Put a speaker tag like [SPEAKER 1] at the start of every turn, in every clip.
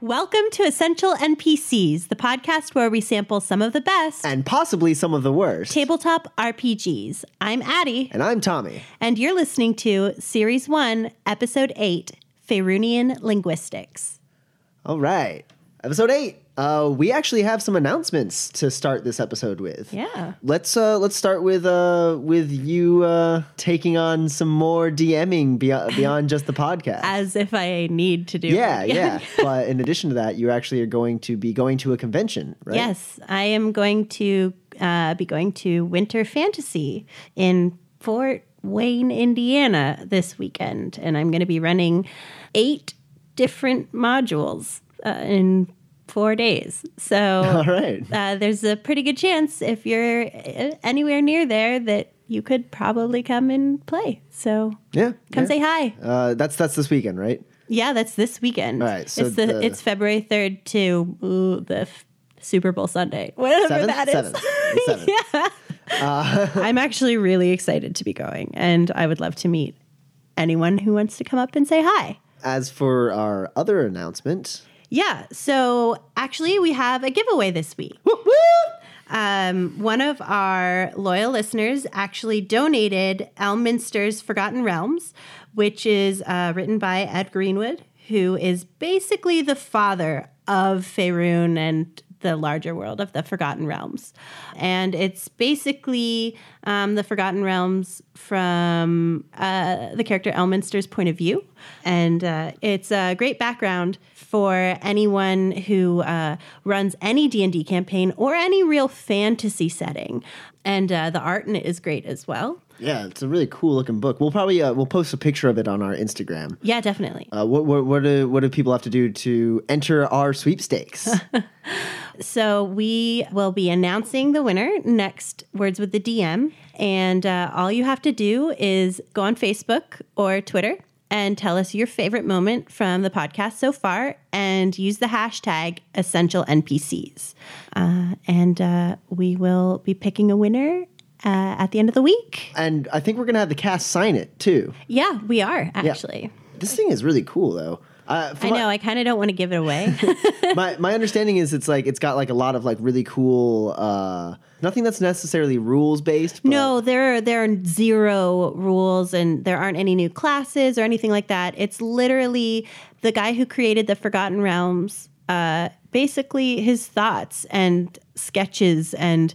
[SPEAKER 1] Welcome to Essential NPCs, the podcast where we sample some of the best
[SPEAKER 2] and possibly some of the worst.
[SPEAKER 1] tabletop RPGs. I'm Addie,
[SPEAKER 2] and I'm Tommy.
[SPEAKER 1] and you're listening to Series 1, Episode 8 Faerunian Linguistics.
[SPEAKER 2] All right, episode eight. Uh, we actually have some announcements to start this episode with.
[SPEAKER 1] Yeah.
[SPEAKER 2] Let's uh, let's start with uh, with you uh, taking on some more DMing beyond, beyond just the podcast.
[SPEAKER 1] As if I need to do
[SPEAKER 2] yeah,
[SPEAKER 1] it.
[SPEAKER 2] yeah. but in addition to that, you actually are going to be going to a convention, right?
[SPEAKER 1] Yes, I am going to uh, be going to Winter Fantasy in Fort Wayne, Indiana this weekend, and I'm going to be running eight different modules uh, in four days. So
[SPEAKER 2] All right.
[SPEAKER 1] uh, there's a pretty good chance if you're uh, anywhere near there that you could probably come and play. So
[SPEAKER 2] Yeah.
[SPEAKER 1] come
[SPEAKER 2] yeah.
[SPEAKER 1] say hi.
[SPEAKER 2] Uh, that's that's this weekend, right?
[SPEAKER 1] Yeah, that's this weekend.
[SPEAKER 2] All right, so
[SPEAKER 1] it's the,
[SPEAKER 2] the-
[SPEAKER 1] it's February third to ooh, the f- Super Bowl Sunday, whatever
[SPEAKER 2] Seventh,
[SPEAKER 1] that is.
[SPEAKER 2] seventh, The seventh. Uh,
[SPEAKER 1] I'm actually really excited to be going, and I would love to meet anyone who wants to come up and say hi.
[SPEAKER 2] As for our other announcement,
[SPEAKER 1] Yeah, so actually, we have a giveaway this week. Um, one of our loyal listeners actually donated Elminster's Forgotten Realms, which is uh, written by Ed Greenwood, who is basically the father of Faerun and the larger world of the Forgotten Realms. And it's basically um, the Forgotten Realms from uh, the character Elminster's point of view. And uh, it's a great background for anyone who uh, runs any D&D campaign or any real fantasy setting. And uh, the art in it is great as well.
[SPEAKER 2] yeah, it's a really cool looking book. We'll probably uh, we'll post a picture of it on our Instagram.
[SPEAKER 1] Yeah, definitely.
[SPEAKER 2] Uh, what, what what do what do people have to do to enter our sweepstakes?
[SPEAKER 1] So we will be announcing the winner next Words with the DM. And uh, all you have to do is go on Facebook or Twitter and tell us your favorite moment from the podcast so far and use the hashtag essential NPCs. Uh, and uh, we will be picking a winner. Uh, at the end of the week.
[SPEAKER 2] and I think we're gonna have the cast sign it too.
[SPEAKER 1] Yeah, we are actually.
[SPEAKER 2] This thing is really cool though. Uh, from
[SPEAKER 1] I know, I kind of don't want to give it away.
[SPEAKER 2] my my understanding is it's like it's got like a lot of like really cool uh nothing that's necessarily rules based. but-
[SPEAKER 1] No, there are there are zero rules and there aren't any new classes or anything like that. It's literally the guy who created the Forgotten Realms, uh, basically his thoughts and sketches and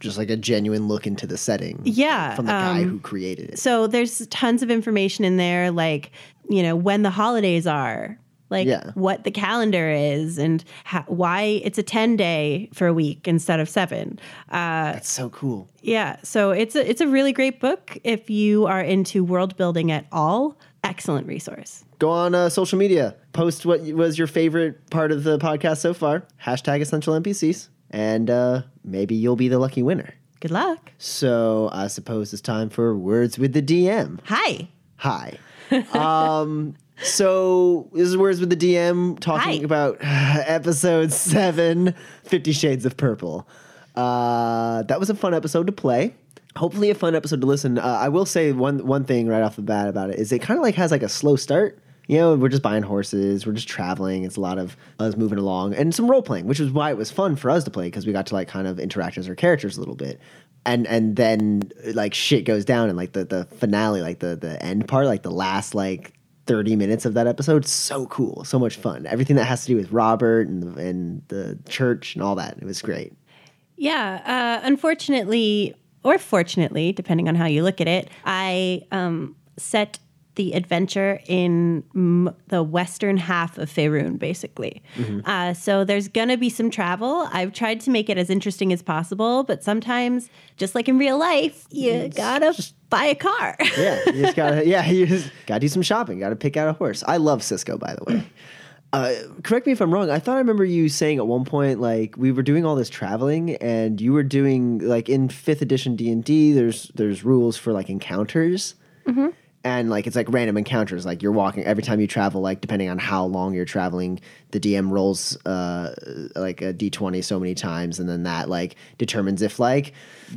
[SPEAKER 2] just like a genuine look into the setting.
[SPEAKER 1] Yeah, uh, um,
[SPEAKER 2] from the guy who created it.
[SPEAKER 1] so there's tons of information in there like, you know, when the holidays are. Like
[SPEAKER 2] Yeah.
[SPEAKER 1] what the calendar is and ha- why it's a ten day for a week instead of seven. uh,
[SPEAKER 2] That's so cool.
[SPEAKER 1] Yeah, so it's a it's a really great book if you are into world building at all. Excellent resource.
[SPEAKER 2] Go on uh, social media, post what was your favorite part of the podcast so far. Hashtag essential NPCs, and uh, maybe you'll be the lucky winner.
[SPEAKER 1] Good luck.
[SPEAKER 2] So I suppose it's time for words with the DM.
[SPEAKER 1] Hi.
[SPEAKER 2] Hi. Um, so this is words with the DM talking
[SPEAKER 1] Hi.
[SPEAKER 2] about episode seven, Fifty Shades of Purple. Uh, that was a fun episode to play. Hopefully, a fun episode to listen. Uh, I will say one one thing right off the bat about it is it kind of like has like a slow start. You know, we're just buying horses, we're just traveling. It's a lot of us moving along and some role playing, which is why it was fun for us to play because we got to like kind of interact as our characters a little bit and and then like shit goes down and like the the finale like the the end part like the last like 30 minutes of that episode so cool so much fun everything that has to do with robert and the, and the church and all that it was great
[SPEAKER 1] Yeah, uh, unfortunately, or fortunately, depending on how you look at it, I um, set the adventure in m- the western half of Faerun, basically. Uh, so there's going to be some travel. I've tried to make it as interesting as possible, but sometimes, just like in real life, you gotta buy a car.
[SPEAKER 2] yeah you just gotta yeah you just gotta do some shopping gotta pick out a horse i love cisco by the way Uh, correct me if I'm wrong. I thought I remember you saying at one point, like we were doing all this traveling, and you were doing like in fifth edition D and D. There's there's rules for like encounters, and like it's like random encounters. Like you're walking every time you travel. Like depending on how long you're traveling, the DM rolls uh, like a d20 so many times, and then that like determines if like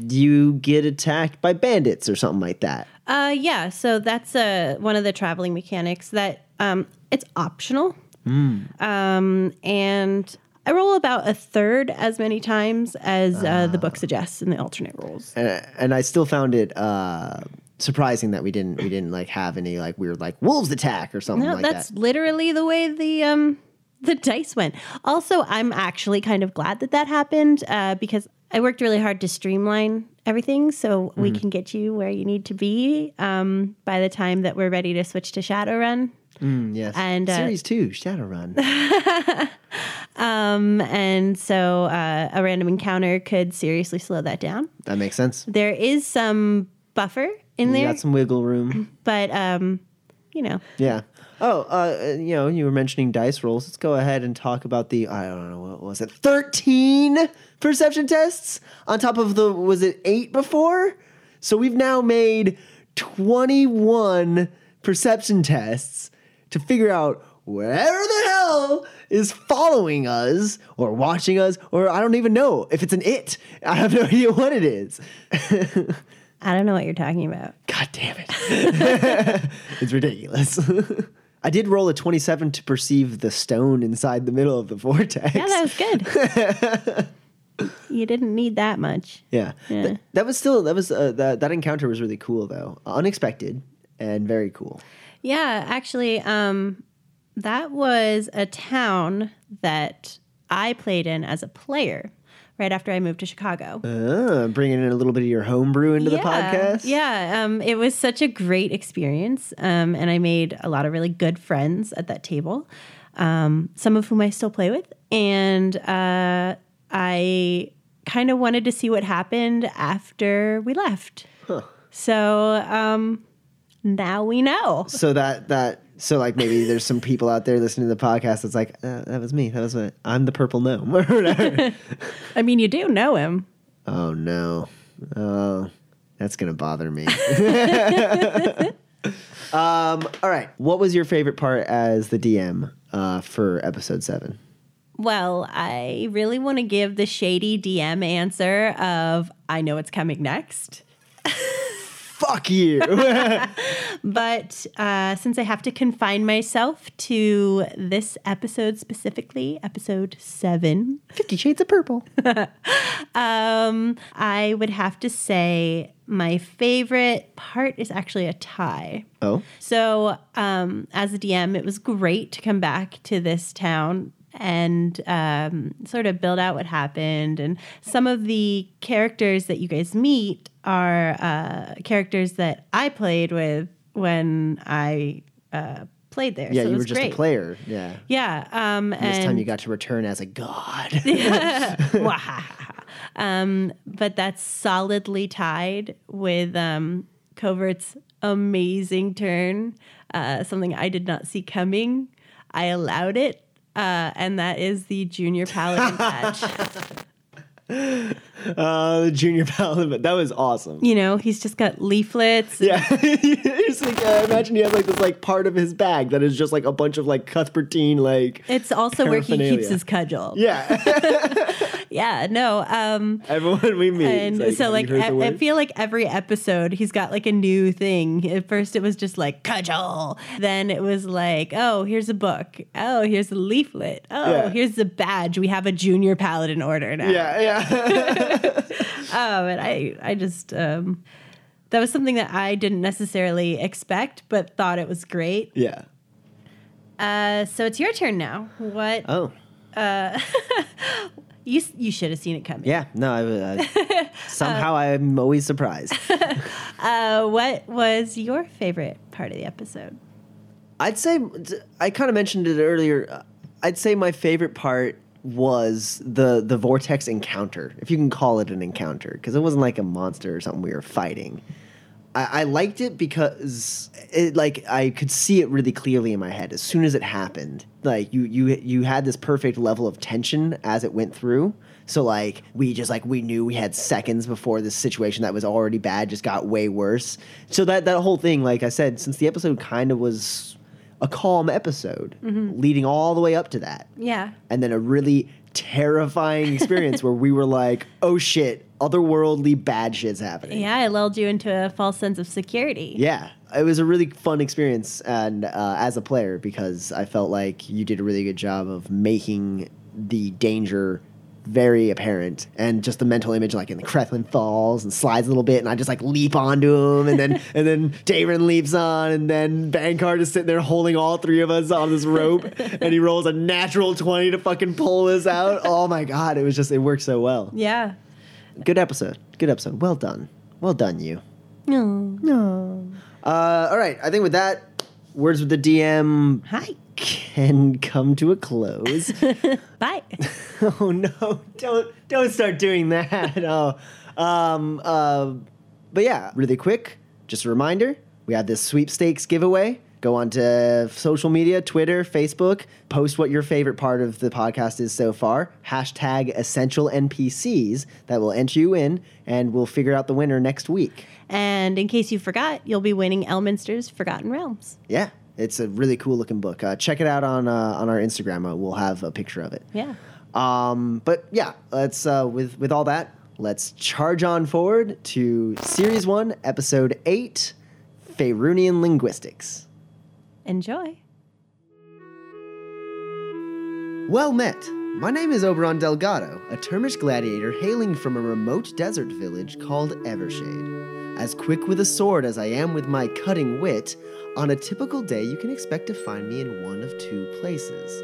[SPEAKER 2] you get attacked by bandits or something like that.
[SPEAKER 1] Uh, yeah, so that's uh, one of the traveling mechanics that um, it's optional.
[SPEAKER 2] Hmm.
[SPEAKER 1] Um, and I roll about a third as many times as uh,
[SPEAKER 2] Ah.
[SPEAKER 1] the book suggests in the alternate rolls.
[SPEAKER 2] and, and I still found it uh, surprising that we didn't we didn't like have any like weird like wolves attack or something
[SPEAKER 1] No,
[SPEAKER 2] like
[SPEAKER 1] that's
[SPEAKER 2] that.
[SPEAKER 1] literally the way the um, the dice went. Also, I'm actually kind of glad that that happened uh, because I worked really hard to streamline everything so we
[SPEAKER 2] Hmm.
[SPEAKER 1] can get you where you need to be um, by the time that we're ready to switch to Shadowrun.
[SPEAKER 2] Mm, yes,
[SPEAKER 1] and, uh,
[SPEAKER 2] series two Shadowrun.
[SPEAKER 1] Um, and so uh, a random encounter could seriously slow that down.
[SPEAKER 2] that makes sense.
[SPEAKER 1] There is some buffer in
[SPEAKER 2] You
[SPEAKER 1] there,
[SPEAKER 2] got some wiggle room.
[SPEAKER 1] but um, you know,
[SPEAKER 2] Yeah. Oh, uh, you know, you were mentioning dice rolls. Let's go ahead and talk about the I don't know what was it, thirteen perception tests on top of the was it eight before? So we've now made twenty one perception tests to figure out wherever the hell is following us or watching us or I don't even know if it's an it. I have no idea what it is.
[SPEAKER 1] I don't know what you're talking about.
[SPEAKER 2] God damn it. it's ridiculous. I did roll a 27 to perceive the stone inside the middle of the vortex.
[SPEAKER 1] Yeah, that was good. you didn't need that much.
[SPEAKER 2] Yeah.
[SPEAKER 1] Yeah.
[SPEAKER 2] Th- that was still, that was, uh, that, that encounter was really cool though. Unexpected and very cool.
[SPEAKER 1] Yeah, actually, um, that was a town that I played in as a player right after I moved to Chicago.
[SPEAKER 2] Uh, bringing in a little bit of your homebrew into the podcast.
[SPEAKER 1] Yeah, um, it was such a great experience, um, and I made a lot of really good friends at that table, um, some of whom I still play with, and uh, I kind of wanted to see what happened after we left. So um, now we know.
[SPEAKER 2] So that, that, so like maybe there's some people out there listening to the podcast that's like, uh, that was me. That was me. I'm the purple gnome or whatever.
[SPEAKER 1] I mean, you do know him.
[SPEAKER 2] oh no. Oh, that's going to bother me. Um, All right. What was your favorite part as the DM uh, for episode seven?
[SPEAKER 1] Well, I really want to give the shady DM answer of I know it's coming next.
[SPEAKER 2] Fuck you. I
[SPEAKER 1] But uh, since I have to confine myself to this episode specifically, episode seven,
[SPEAKER 2] Fifty Shades of Purple.
[SPEAKER 1] um, I would have to say my favorite part is actually a tie.
[SPEAKER 2] Oh.
[SPEAKER 1] So, um, as a DM, it was great to come back to this town and um, sort of build out what happened. And some of the characters that you guys meet are uh, characters that I played with when I uh, played there.
[SPEAKER 2] Yeah,
[SPEAKER 1] so it
[SPEAKER 2] you
[SPEAKER 1] was
[SPEAKER 2] were just
[SPEAKER 1] great.
[SPEAKER 2] a player. Yeah.
[SPEAKER 1] Yeah, um,
[SPEAKER 2] This
[SPEAKER 1] and
[SPEAKER 2] time you got to return as a god.
[SPEAKER 1] Wahahaha. um, but that's solidly tied with um, Covert's amazing turn, uh, something I did not see coming. I allowed it, uh, and that is the junior paladin patch.
[SPEAKER 2] uh, junior paladin. but That was awesome.
[SPEAKER 1] You know, he's just got leaflets.
[SPEAKER 2] Yeah. it's like, uh, imagine he has like this like part of his bag that is just like a bunch of like Cuthbertine like.
[SPEAKER 1] It's also where he keeps
[SPEAKER 2] Paraphernalia.
[SPEAKER 1] his cudgel. Yeah,
[SPEAKER 2] Yeah.
[SPEAKER 1] no. Um,
[SPEAKER 2] Everyone we meet.
[SPEAKER 1] and
[SPEAKER 2] is
[SPEAKER 1] so,
[SPEAKER 2] "Have you
[SPEAKER 1] like, e,
[SPEAKER 2] heard the
[SPEAKER 1] I, I
[SPEAKER 2] word?"
[SPEAKER 1] feel like every episode he's got like a new thing. At first, it was just like cudgel. Then it was like, oh, here's a book. Oh, here's a leaflet. Oh,
[SPEAKER 2] Yeah.
[SPEAKER 1] here's the badge. We have a junior paladin order now.
[SPEAKER 2] Yeah. Yeah.
[SPEAKER 1] Oh, and I, I just, um, that was something that I didn't necessarily expect, but thought it was great.
[SPEAKER 2] yeah.
[SPEAKER 1] Uh, so it's your turn now. What
[SPEAKER 2] Oh.
[SPEAKER 1] you s- you should have seen it coming.
[SPEAKER 2] Yeah. No. I, I, somehow I'm always surprised.
[SPEAKER 1] Uh, what was your favorite part of the episode?
[SPEAKER 2] I'd say I kind of mentioned it earlier. uh, I'd say my favorite part was the the vortex encounter, if you can call it an encounter, because it wasn't like a monster or something we were fighting. I, I liked it because it like I could see it really clearly in my head as soon as it happened. Like you you you had this perfect level of tension as it went through. So like we just like we knew we had seconds before this situation that was already bad just got way worse. So that that whole thing, like I said, since the episode kind of was a calm episode, leading all the way up to that
[SPEAKER 3] Yeah.
[SPEAKER 2] and then a really terrifying experience where we were like, oh shit, otherworldly bad shit's happening.
[SPEAKER 3] Yeah, I lulled you into a false sense of security.
[SPEAKER 2] Yeah. It was a really fun experience and uh, as a player because I felt like you did a really good job of making the danger very apparent and just the mental image like in the Creflin falls and slides a little bit and I just like leap onto him and then and then Daron leaps on and then Bankard is sitting there holding all three of us on this rope and he rolls a natural 20 to fucking pull us out. Oh my god, it was just it worked so well.
[SPEAKER 3] Yeah.
[SPEAKER 2] Good episode. Good episode. Well done. Well done you.
[SPEAKER 3] No.
[SPEAKER 2] Uh, all right, I think with that, words with the DM
[SPEAKER 3] Hi.
[SPEAKER 2] can come to a close.
[SPEAKER 3] Bye.
[SPEAKER 2] oh no! Don't don't start doing that. Oh, um, uh, but yeah, really quick. Just a reminder: we have this sweepstakes giveaway. Go on to social media, Twitter, Facebook. Post what your favorite part of the podcast is so far. Hashtag essential NPCs. That will enter you in, and we'll figure out the winner next week.
[SPEAKER 3] and in case you forgot, you'll be winning Elminster's Forgotten Realms.
[SPEAKER 2] Yeah, it's a really cool looking book. Uh, check it out on uh, on our Instagram. Uh, we'll have a picture of it.
[SPEAKER 3] Yeah.
[SPEAKER 2] Um, but yeah, let's uh, with with all that, let's charge on forward to series one, episode eight, Faerunian linguistics.
[SPEAKER 3] Enjoy.
[SPEAKER 2] Well met. My name is Oberon Delgado, a Termish gladiator hailing from a remote desert village called Evershade. As quick with a sword as I am with my cutting wit, on a typical day you can expect to find me in one of two places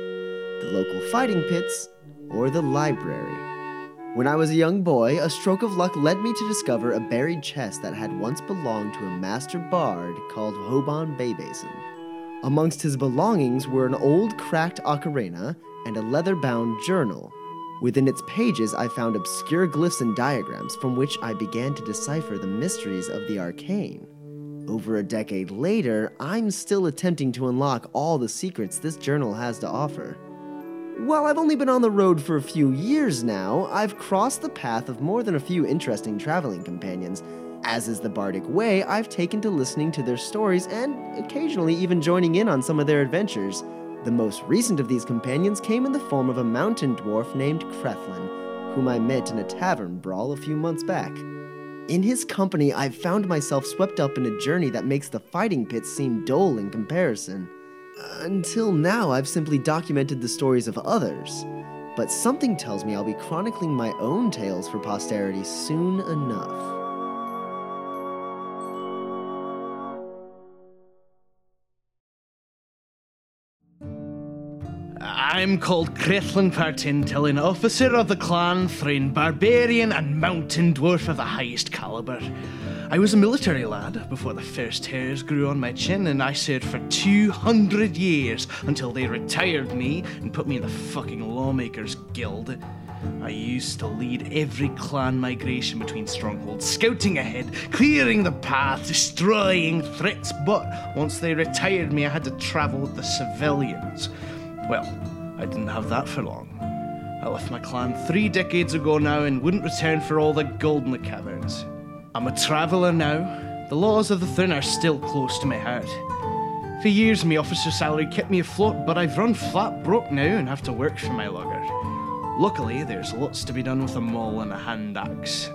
[SPEAKER 2] the local fighting pits or the library. When I was a young boy, a stroke of luck led me to discover a buried chest that had once belonged to a master bard called Hoban Baybasin. Amongst his belongings were an old cracked ocarina and a leather bound journal. Within its pages, I found obscure glyphs and diagrams from which I began to decipher the mysteries of the arcane. Over a decade later, I'm still attempting to unlock all the secrets this journal has to offer. While I've only been on the road for a few years now, I've crossed the path of more than a few interesting traveling companions. As is the Bardic way, I've taken to listening to their stories and occasionally even joining in on some of their adventures. The most recent of these companions came in the form of a mountain dwarf named Krethlin, whom I met in a tavern brawl a few months back. In his company, I've found myself swept up in a journey that makes the fighting pits seem dull in comparison. Until now, I've simply documented the stories of others, but something tells me I'll be chronicling my own tales for posterity soon enough.
[SPEAKER 4] I'm called Crethlin Partintel, an officer of the clan Thrain, barbarian and mountain dwarf of the highest caliber. I was a military lad before the first hairs grew on my chin, and I served for 200 years until they retired me and put me in the fucking Lawmakers Guild. I used to lead every clan migration between strongholds, scouting ahead, clearing the path, destroying threats, but once they retired me, I had to travel with the civilians. Well, I didn't have that for long. I left my clan three decades ago now and wouldn't return for all the gold in the caverns. I'm a traveller now. The laws of the Thrin are still close to my heart. For years, my officer salary kept me afloat, but I've run flat broke now and have to work for my logger. Luckily, there's lots to be done with a maul and a hand axe.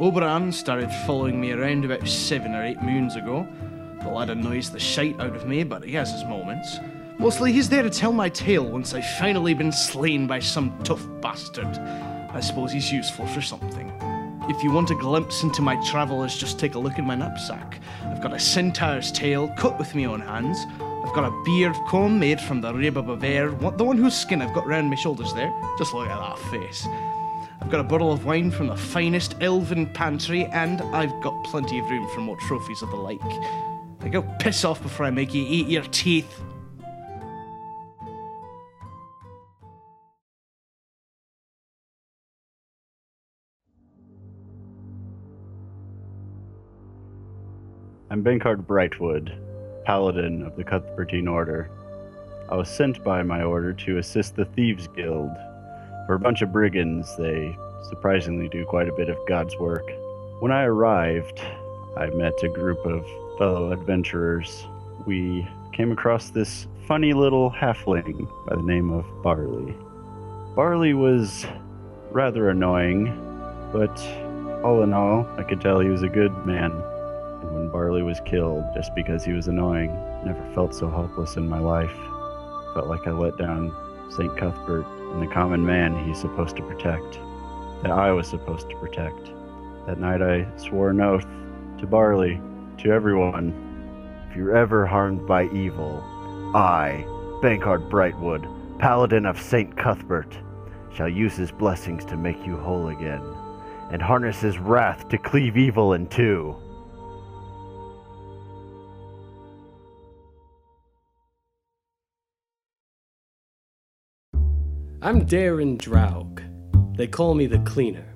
[SPEAKER 4] Oberon started following me around about seven or eight moons ago. The lad annoys the shite out of me, but he has his moments. Mostly he's there to tell my tale once I've finally been slain by some tough bastard. I suppose he's useful for something. If you want a glimpse into my travels, just take a look in my knapsack. I've got a centaur's tail cut with my own hands. I've got a beard comb made from the rib of a bear, one- the one whose skin I've got round my shoulders there. Just look at that face. I've got a bottle of wine from the finest elven pantry, and I've got plenty of room for more trophies of the like. Now go piss off before I make you eat your teeth.
[SPEAKER 5] I'm Benkard Brightwood, Paladin of the Cuthbertine Order. I was sent by my order to assist the Thieves Guild. For a bunch of brigands, they surprisingly do quite a bit of God's work. When I arrived, I met a group of fellow adventurers. We came across this funny little halfling by the name of Barley. Barley was rather annoying, but all in all, I could tell he was a good man. And when Barley was killed just because he was annoying, never felt so helpless in my life. Felt like I let down St. Cuthbert and the common man he's supposed to protect, that I was supposed to protect. That night I swore an oath to Barley, to everyone. If you're ever harmed by evil, I, Bankard Brightwood, Paladin of St. Cuthbert, shall use his blessings to make you whole again, and harness his wrath to cleave evil in two.
[SPEAKER 6] I'm Darren Draug. They call me the cleaner.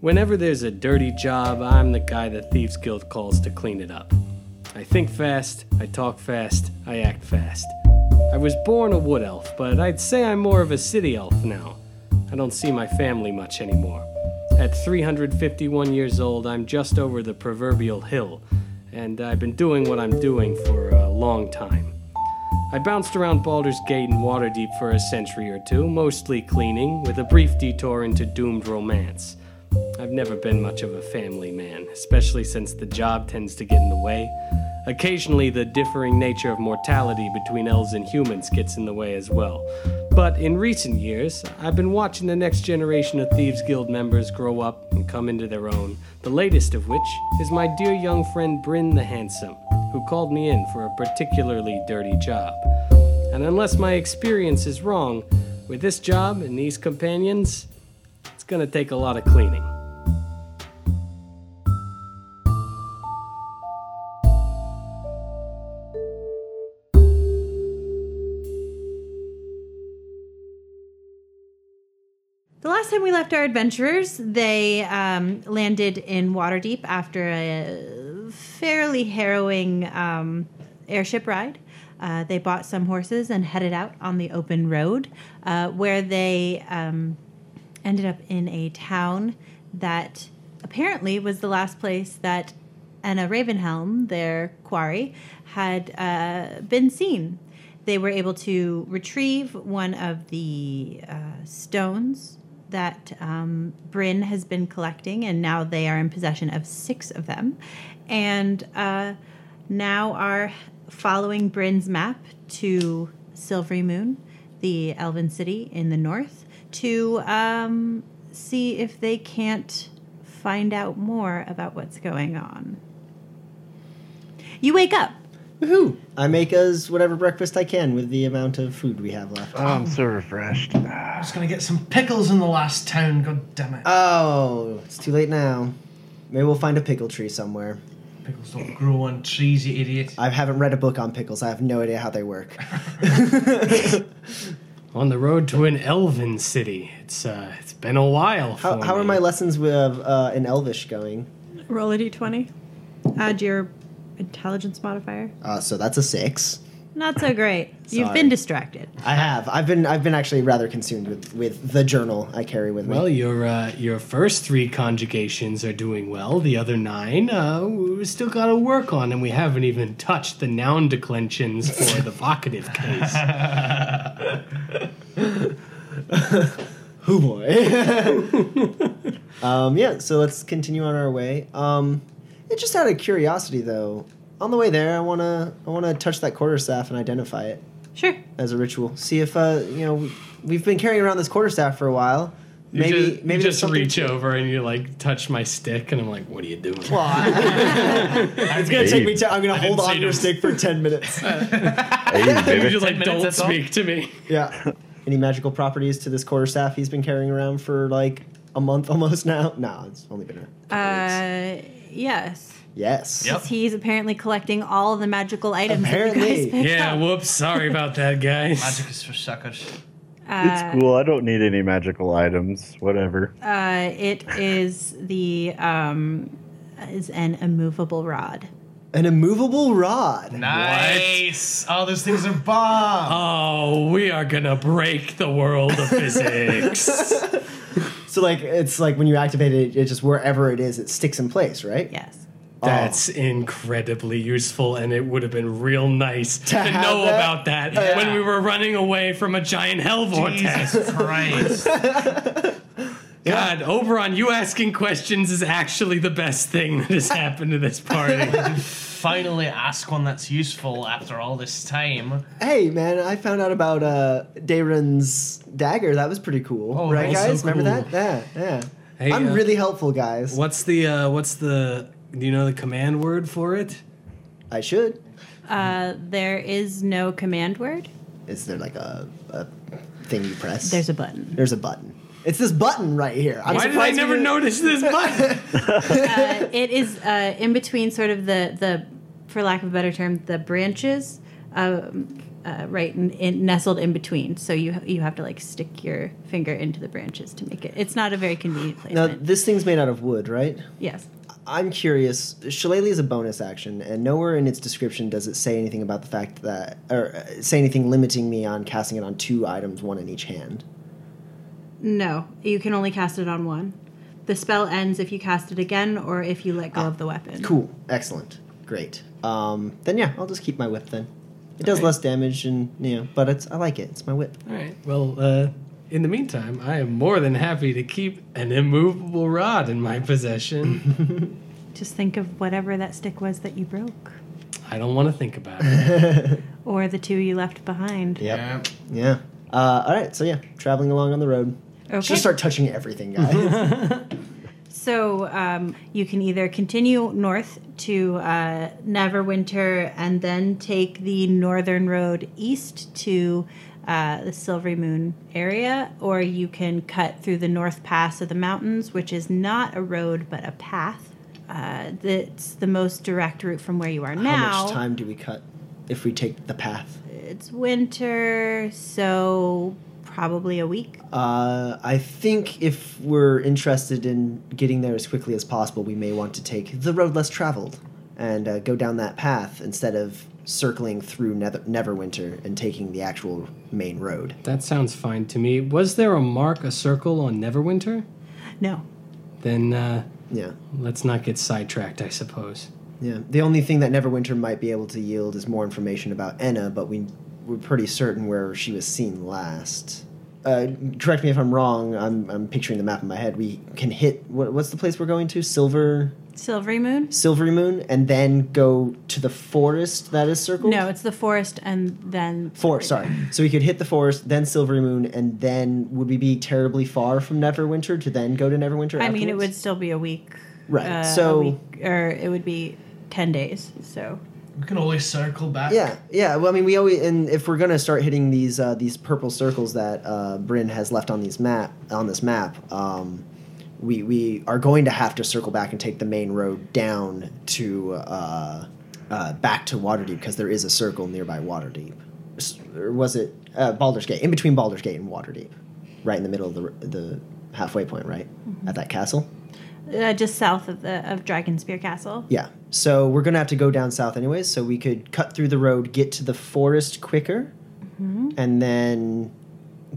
[SPEAKER 6] Whenever there's a dirty job, I'm the guy the Thieves Guild calls to clean it up. I think fast, I talk fast, I act fast. I was born a wood elf, but I'd say I'm more of a city elf now. I don't see my family much anymore. At 351 years old, I'm just over the proverbial hill, and I've been doing what I'm doing for a long time. I bounced around Baldur's Gate and Waterdeep for a century or two, mostly cleaning, with a brief detour into doomed romance. I've never been much of a family man, especially since the job tends to get in the way. Occasionally, the differing nature of mortality between elves and humans gets in the way as well. But in recent years, I've been watching the next generation of Thieves Guild members grow up and come into their own, the latest of which is my dear young friend Bryn the Handsome, who called me in for a particularly dirty job. And unless my experience is wrong, with this job and these companions, it's gonna take a lot of cleaning.
[SPEAKER 1] The last time we left our adventurers, they um, landed in Waterdeep after a fairly harrowing um, airship ride. Uh, they bought some horses and headed out on the open road, uh, where they um, ended up in a town that apparently was the last place that Anna Ravenhelm, their quarry, had uh, been seen. They were able to retrieve one of the uh, stones that um, Bryn has been collecting, and now they are in possession of six of them, and uh, now are following Bryn's map to Silvery Moon, the elven city in the north, to um, see if they can't find out more about what's going on. You wake up.
[SPEAKER 2] Woohoo! I make us whatever breakfast I can with the amount of food we have left.
[SPEAKER 5] I'm so refreshed.
[SPEAKER 4] I'm just gonna get some pickles in the last town, god damn it.
[SPEAKER 2] Oh, it's too late now. Maybe we'll find a pickle tree somewhere.
[SPEAKER 4] Pickles don't grow on trees, you idiot.
[SPEAKER 2] I haven't read a book on pickles. I have no idea how they work.
[SPEAKER 6] On the road to an elven city. It's uh, it's been a while. For
[SPEAKER 2] How, how are
[SPEAKER 6] me.
[SPEAKER 2] my lessons with uh, in Elvish going?
[SPEAKER 1] Roll a d20. Add your intelligence modifier.
[SPEAKER 2] Uh, so that's a six.
[SPEAKER 1] Not so great. You've
[SPEAKER 2] Sorry.
[SPEAKER 1] been distracted.
[SPEAKER 2] I have. I've been. I've been actually rather consumed with with the journal I carry with me.
[SPEAKER 6] Well, your uh, your first three conjugations are doing well. The other nine, uh, we still got to work on, and we haven't even touched the noun declensions for the vocative case.
[SPEAKER 2] Oh boy. um, yeah, so let's continue on our way. Um, it just out of curiosity, though, on the way there, I wanna I wanna touch that quarterstaff and identify it
[SPEAKER 1] Sure.
[SPEAKER 2] as a ritual. See if uh, you know we- we've been carrying around this quarterstaff for a while.
[SPEAKER 6] You
[SPEAKER 2] Maybe
[SPEAKER 6] just,
[SPEAKER 2] maybe
[SPEAKER 6] you
[SPEAKER 2] there's
[SPEAKER 6] just
[SPEAKER 2] something-
[SPEAKER 6] reach over and you like touch my stick, and I'm like, "What are you doing?"
[SPEAKER 2] Well, I- it's gonna take me. i I'm gonna hold on
[SPEAKER 6] didn't see
[SPEAKER 2] to your
[SPEAKER 6] no-
[SPEAKER 2] stick for ten minutes.
[SPEAKER 6] you just like
[SPEAKER 4] Ten minutes,
[SPEAKER 6] don't
[SPEAKER 4] that's all?
[SPEAKER 6] speak to me.
[SPEAKER 2] yeah. Any magical properties to this quarterstaff he's been carrying around for like a month almost now? No, it's only been a.
[SPEAKER 1] Uh, yes.
[SPEAKER 2] Yes.
[SPEAKER 4] Yep.
[SPEAKER 1] He's apparently collecting all the magical items. That you
[SPEAKER 2] Apparently.
[SPEAKER 1] guys picked
[SPEAKER 6] Yeah.
[SPEAKER 1] up.
[SPEAKER 6] Whoops. Sorry about that, guys.
[SPEAKER 4] Magic is for suckers.
[SPEAKER 5] it's cool. I don't need any magical items. Whatever.
[SPEAKER 1] Uh, it is the um, is an immovable rod.
[SPEAKER 2] An immovable rod.
[SPEAKER 7] Nice. Oh, those things are bomb.
[SPEAKER 6] Oh, we are gonna break the world of physics.
[SPEAKER 2] So like it's like when you activate it, it just wherever it is, it sticks in place, right?
[SPEAKER 1] Yes.
[SPEAKER 6] That's incredibly useful, and it would have been real nice to,
[SPEAKER 2] have
[SPEAKER 6] know
[SPEAKER 2] that?
[SPEAKER 6] about that when we were running away from a giant hell vortex.
[SPEAKER 7] Jesus Christ.
[SPEAKER 6] God, Oberon, you asking questions is actually the best thing that has happened to this party.
[SPEAKER 7] Finally, ask one that's useful after all this time.
[SPEAKER 2] Hey man, I found out about uh Daron's dagger. That was pretty cool.
[SPEAKER 6] Oh,
[SPEAKER 2] right
[SPEAKER 6] that
[SPEAKER 2] guys?
[SPEAKER 6] was so
[SPEAKER 2] Remember
[SPEAKER 6] cool.
[SPEAKER 2] that? Yeah, yeah.
[SPEAKER 6] Hey,
[SPEAKER 2] I'm
[SPEAKER 6] uh,
[SPEAKER 2] really helpful, guys.
[SPEAKER 6] what's the uh, what's the do you know the command word for it?
[SPEAKER 2] I should.
[SPEAKER 1] Uh, there is no command word.
[SPEAKER 2] Is there like a, a thing you press?
[SPEAKER 1] There's a button.
[SPEAKER 2] There's a button. It's this button right here. I'm
[SPEAKER 6] Why did I
[SPEAKER 2] surprised we
[SPEAKER 6] never
[SPEAKER 2] didn't-
[SPEAKER 6] notice this button?
[SPEAKER 1] Uh, it is uh, in between sort of the, the, for lack of a better term, the branches, um, uh, right, in, in, nestled in between. So you you have to like stick your finger into the branches to make it. It's not a very convenient
[SPEAKER 2] Now
[SPEAKER 1] placement.
[SPEAKER 2] this thing's made out of wood, right?
[SPEAKER 1] yes.
[SPEAKER 2] I'm curious. Shillelagh is a bonus action, and nowhere in its description does it say anything about the fact that, or uh, say anything limiting me on casting it on two items, one in each hand.
[SPEAKER 1] No, you can only cast it on one. The spell ends if you cast it again or if you let go of the weapon.
[SPEAKER 2] Cool. Excellent. Great. Um, then yeah, I'll just keep my whip then. It does less damage, and you know, but it's I like it. It's my whip.
[SPEAKER 6] All right. Well, uh, in the meantime, I am more than happy to keep an immovable rod in my possession.
[SPEAKER 1] Just think of whatever that stick was that you broke
[SPEAKER 6] I don't want to think about it.
[SPEAKER 1] or the two you left behind.
[SPEAKER 2] Yep.
[SPEAKER 7] Yeah.
[SPEAKER 2] Yeah. Uh, all right. So yeah, traveling along on the road.
[SPEAKER 1] Okay. Mm-hmm.
[SPEAKER 2] Just start touching everything, guys.
[SPEAKER 1] So um, you can either continue north to uh, Neverwinter and then take the northern road east to uh, the Silvery Moon area, or you can cut through the north pass of the mountains, which is not a road but a path. Uh, that's the most direct route from where you are now.
[SPEAKER 2] How much time do we cut if we take the path?
[SPEAKER 1] It's winter, so probably a week.
[SPEAKER 2] Uh, I think if we're interested in getting there as quickly as possible, we may want to take the road less traveled and uh, go down that path instead of circling through Nether- Neverwinter and taking the actual main road.
[SPEAKER 6] That sounds fine to me. Was there a mark, a circle on Neverwinter?
[SPEAKER 1] No.
[SPEAKER 6] Then uh,
[SPEAKER 2] Yeah,
[SPEAKER 6] let's not get sidetracked, I suppose.
[SPEAKER 2] yeah. The only thing that Neverwinter might be able to yield is more information about Enna, but we we're pretty certain where she was seen last. Uh, correct me if I'm wrong. I'm, I'm picturing the map in my head. We can hit what, what's the place we're going to? Silver
[SPEAKER 1] Silvery moon?
[SPEAKER 2] Silvery Moon and then go to the forest that is circled?
[SPEAKER 1] No, it's the forest and then.
[SPEAKER 2] Forest, sorry. So we could hit the forest, then Silvery Moon, and then would we be terribly far from Neverwinter to then go to Neverwinter?
[SPEAKER 1] I mean, it would
[SPEAKER 2] afterwards?
[SPEAKER 1] still be a week.
[SPEAKER 2] Right,
[SPEAKER 1] uh, a
[SPEAKER 2] so-
[SPEAKER 1] week- or it would be 10 days, so.
[SPEAKER 7] We can always circle back.
[SPEAKER 2] Yeah, yeah. Well, I mean, we always and if we're gonna start hitting these uh, these purple circles that uh, Bryn has left on these map on this map, um, we we are going to have to circle back and take the main road down to uh, uh, back to Waterdeep because there is a circle nearby Waterdeep, S- or was it uh, Baldur's Gate? In between Baldur's Gate and Waterdeep, right in the middle of the the halfway point, right at that castle.
[SPEAKER 1] Uh, just south of the of Dragonspear Castle.
[SPEAKER 2] Yeah. So we're gonna have to go down south anyways. So we could cut through the road, get to the forest quicker, and then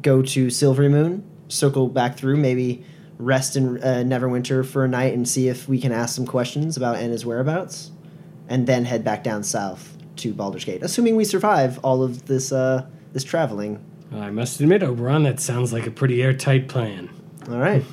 [SPEAKER 2] go to Silvery Moon, circle back through, maybe rest in uh, Neverwinter for a night and see if we can ask some questions about Anna's whereabouts, and then head back down south to Baldur's Gate, assuming we survive all of this uh, this traveling.
[SPEAKER 6] I must admit, Oberon, that sounds like a pretty airtight plan.
[SPEAKER 2] All right.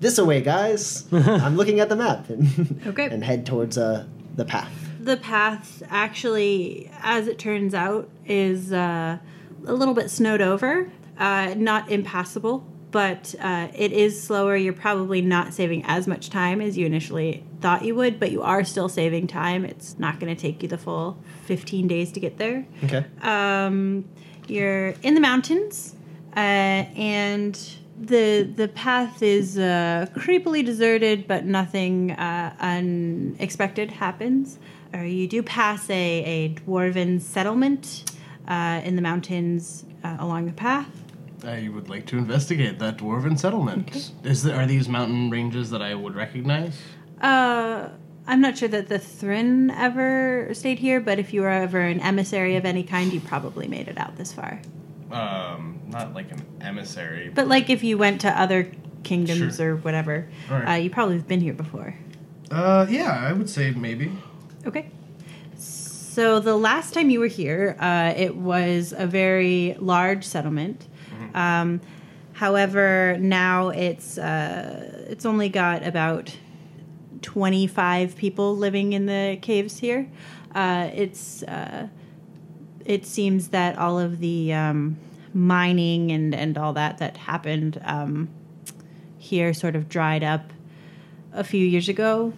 [SPEAKER 2] This away, guys. I'm looking at the map and,
[SPEAKER 1] Okay.
[SPEAKER 2] and head towards uh, the path.
[SPEAKER 1] the path actually, as it turns out, is uh, a little bit snowed over. Uh, not impassable, but uh, it is slower. You're probably not saving as much time as you initially thought you would, but you are still saving time. It's not going to take you the full 15 days to get there.
[SPEAKER 2] Okay.
[SPEAKER 1] Um, you're in the mountains, uh, and the the path is uh, creepily deserted, but nothing uh, unexpected happens. Or you do pass a, a dwarven settlement uh, in the mountains uh, along the path.
[SPEAKER 7] I would like to investigate that dwarven settlement. Is there, are these mountain ranges that I would recognize?
[SPEAKER 1] Uh, I'm not sure that the Thrin ever stayed here, but if you were ever an emissary of any kind, you probably made it out this far.
[SPEAKER 7] Um, not like an emissary.
[SPEAKER 1] But like if you went to other kingdoms
[SPEAKER 7] Sure.
[SPEAKER 1] or whatever,
[SPEAKER 7] Alright.
[SPEAKER 1] uh, you probably have been here before.
[SPEAKER 7] Uh, yeah, I would say maybe.
[SPEAKER 1] Okay. So the last time you were here, uh, it was a very large settlement. Um, however, now it's uh, it's only got about twenty five people living in the caves here. Uh, it's uh, it seems that all of the um, mining and and all that that happened um, here sort of dried up a few years ago.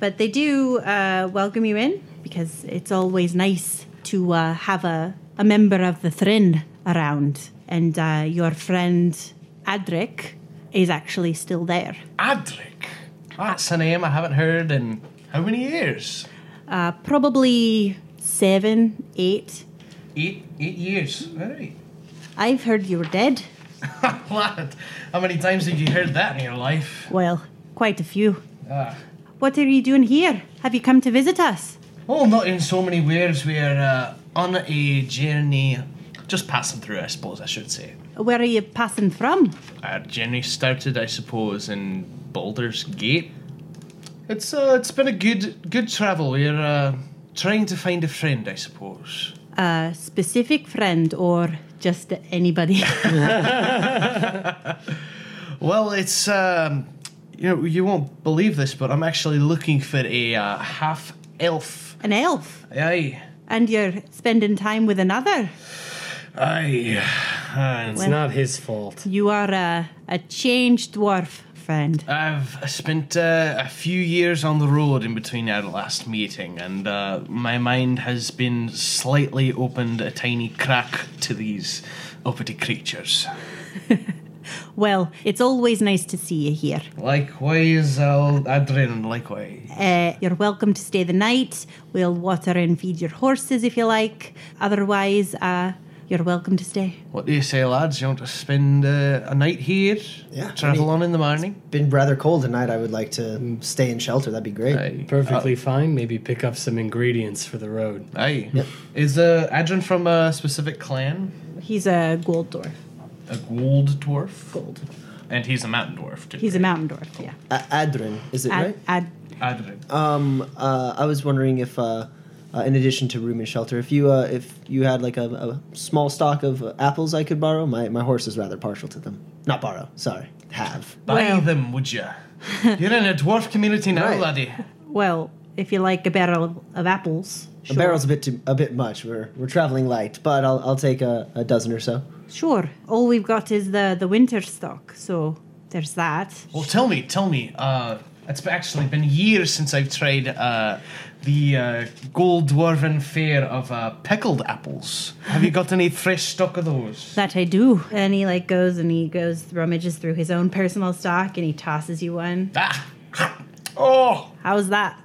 [SPEAKER 1] But they do uh, welcome you in because it's always nice to uh, have a, a member of the Thrin around. And uh, your friend Adric is actually still there.
[SPEAKER 7] Adric. That's a name I haven't heard in how many years?
[SPEAKER 1] Uh, probably seven, eight.
[SPEAKER 7] Eight, eight years. All right.
[SPEAKER 1] I've heard you were dead.
[SPEAKER 7] Lad, how many times have you heard that in your life?
[SPEAKER 1] Well, quite a few.
[SPEAKER 7] Ah.
[SPEAKER 1] What are you doing here? Have you come to visit us?
[SPEAKER 7] Oh, not in so many words. We're uh, on a journey, just passing through, I suppose I should say.
[SPEAKER 1] Where are you passing from?
[SPEAKER 7] Our journey started, I suppose, in Baldur's Gate. It's uh, it's been a good good travel. We're uh, trying to find a friend, I suppose.
[SPEAKER 1] A specific friend or just anybody?
[SPEAKER 7] Well, it's um, you know you won't believe this, but I'm actually looking for a uh, half elf.
[SPEAKER 1] An elf?
[SPEAKER 7] Aye,
[SPEAKER 1] And you're spending time with another?
[SPEAKER 7] aye. And
[SPEAKER 6] It's not his fault.
[SPEAKER 1] You are a, a changed dwarf, friend.
[SPEAKER 7] I've spent uh, a few years on the road in between our last meeting, and uh, my mind has been slightly opened a tiny crack to these uppity creatures.
[SPEAKER 1] Well, it's always nice to see you here.
[SPEAKER 7] Likewise, I'll Adrian, likewise.
[SPEAKER 1] Uh, you're welcome to stay the night. We'll water and feed your horses if you like. Otherwise, uh, you're welcome to stay.
[SPEAKER 7] What do you say, lads? You want to spend uh, a night here?
[SPEAKER 2] Yeah,
[SPEAKER 7] Travel
[SPEAKER 2] I mean-
[SPEAKER 7] on in the morning?
[SPEAKER 2] Been rather cold tonight. I would like to stay in shelter. That'd be great.
[SPEAKER 7] Aye.
[SPEAKER 6] Perfectly fine. Maybe pick up some ingredients for the road.
[SPEAKER 7] Aye. Is uh, Adrian from a specific clan?
[SPEAKER 1] He's a gold dwarf.
[SPEAKER 7] A gold dwarf? Gold. And he's a mountain dwarf, too.
[SPEAKER 1] He's a mountain dwarf, yeah.
[SPEAKER 2] A- Adrin, is it right?
[SPEAKER 1] Ad, ad,
[SPEAKER 7] Adrian.
[SPEAKER 2] Um, uh, I was wondering if, uh, uh, in addition to room and shelter, if you uh, if you had like a, a small stock of uh, apples I could borrow. My my horse is rather partial to them. Not borrow. Sorry, have.
[SPEAKER 7] Buy
[SPEAKER 1] Well-
[SPEAKER 7] them, would you? You're in a dwarf community now,
[SPEAKER 2] Right.
[SPEAKER 7] laddie.
[SPEAKER 1] well, if you like a barrel of apples.
[SPEAKER 2] A barrel's a bit too, a bit much. We're we're traveling light, but I'll I'll take a, a dozen or so.
[SPEAKER 1] Sure. All we've got is the, the winter stock, so there's that.
[SPEAKER 7] Well, tell me, tell me. Uh, it's actually been years since I've tried uh, the uh, gold dwarven fare of uh, pickled apples. Have you got any fresh stock of those?
[SPEAKER 1] That I do. And he like goes and he goes rummages through his own personal stock and he tosses you one.
[SPEAKER 7] Ah! Oh!
[SPEAKER 1] How's that?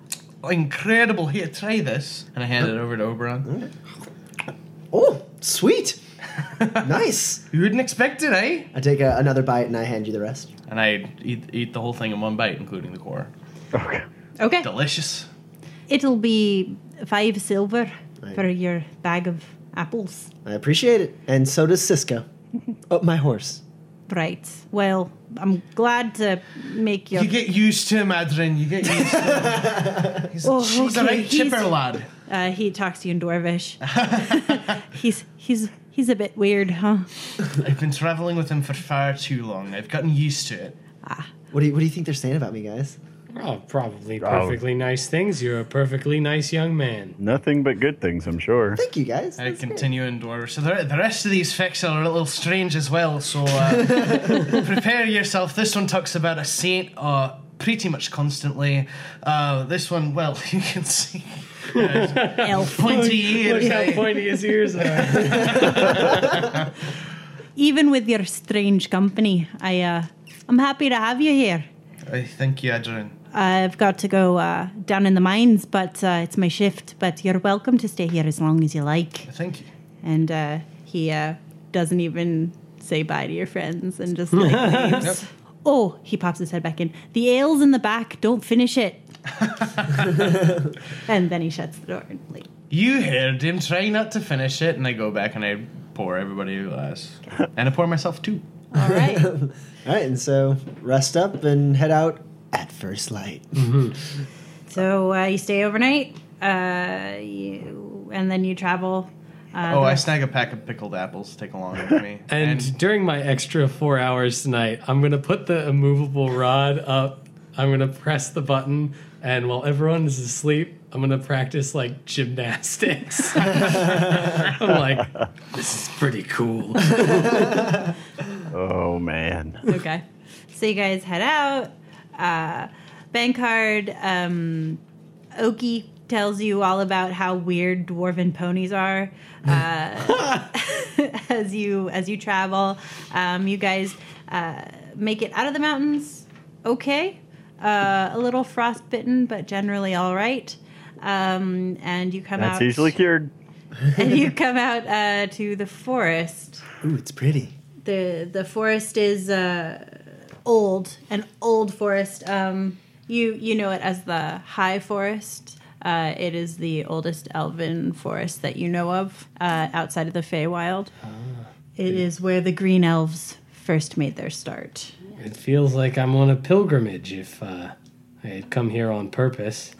[SPEAKER 7] Incredible. Here, try this. And I hand it over to
[SPEAKER 4] Mm.
[SPEAKER 7] Oberon.
[SPEAKER 2] Oh, sweet, nice.
[SPEAKER 7] You wouldn't expect it, eh?
[SPEAKER 2] I take a, another bite and I hand you the rest.
[SPEAKER 7] And I eat, eat the whole thing in one bite, including the core.
[SPEAKER 5] Okay.
[SPEAKER 1] Okay.
[SPEAKER 7] Delicious.
[SPEAKER 1] It'll be five silver
[SPEAKER 2] Right.
[SPEAKER 1] for your bag of apples.
[SPEAKER 2] I appreciate it, and so does Cisco. Oh, my horse.
[SPEAKER 1] Right. Well, I'm glad to make your.
[SPEAKER 7] You get used to him, Adrian. You get used to him. He's,
[SPEAKER 1] Oh,
[SPEAKER 7] she's a
[SPEAKER 1] okay,
[SPEAKER 7] right chipper
[SPEAKER 1] he's-
[SPEAKER 7] lad.
[SPEAKER 1] uh, he talks to you in Dwarvish. he's he's he's a bit weird, huh?
[SPEAKER 7] I've been traveling with him for far too long. I've gotten used to it.
[SPEAKER 2] What do you what do you think they're saying about me, guys?
[SPEAKER 6] Oh, probably
[SPEAKER 5] Oh.
[SPEAKER 6] perfectly nice things. You're a perfectly nice young man.
[SPEAKER 5] Nothing but good things, I'm sure.
[SPEAKER 2] Thank you, guys.
[SPEAKER 7] I
[SPEAKER 2] That's great.
[SPEAKER 7] continue in Dwarvish. So the, the rest of these facts are a little strange as well, so uh, prepare yourself. This one talks about a saint uh, pretty much constantly. Uh, this one, well, you can see
[SPEAKER 1] Elf.
[SPEAKER 7] pointy ears.
[SPEAKER 6] Look how
[SPEAKER 7] eh?
[SPEAKER 6] pointy his ears are.
[SPEAKER 1] Even with your strange company, I uh, I'm happy to have you here.
[SPEAKER 7] eh? I thank you, Adrian.
[SPEAKER 1] I've got to go uh, down in the mines, but uh, it's my shift. But you're welcome to stay here as long as you like.
[SPEAKER 7] Thank you.
[SPEAKER 1] And uh, he uh, doesn't even say bye to your friends and just like leaves. Oh, he pops his head back in. The ale's in the back. Don't finish it. and then he shuts the door and leaves.
[SPEAKER 4] You heard him trying not to finish it, and I go back and I pour everybody a glass. and I pour myself too.
[SPEAKER 1] All right.
[SPEAKER 2] All right, and so rest up and head out at first light.
[SPEAKER 1] so uh, you stay overnight, uh, you, and then you travel. Uh,
[SPEAKER 4] Oh,
[SPEAKER 1] the
[SPEAKER 4] I
[SPEAKER 1] rest-
[SPEAKER 4] snag a pack of pickled apples, take along with me.
[SPEAKER 6] And, during my extra four hours tonight, I'm gonna put the immovable rod up. I'm gonna press the button, and while everyone is asleep, I'm gonna practice like gymnastics. I'm like, this is pretty cool.
[SPEAKER 5] Oh man.
[SPEAKER 1] okay. So you guys head out. Uh, Bankard, um, Oki tells you all about how weird dwarven ponies are. Uh, as you as you travel, um, you guys uh, make it out of the mountains. Okay, uh, a little frostbitten, but generally all right. Um, and you come
[SPEAKER 5] That's
[SPEAKER 1] out.
[SPEAKER 5] easily cured.
[SPEAKER 1] and you come out uh, to the forest
[SPEAKER 2] Ooh, it's pretty.
[SPEAKER 1] the the forest is uh, old, an old forest. Um, you you know it as the High Forest. Uh, it is the oldest elven forest that you know of uh, outside of the Feywild. It is where the green elves first made their start.
[SPEAKER 6] It feels like I'm on a pilgrimage if uh, I had come here on purpose.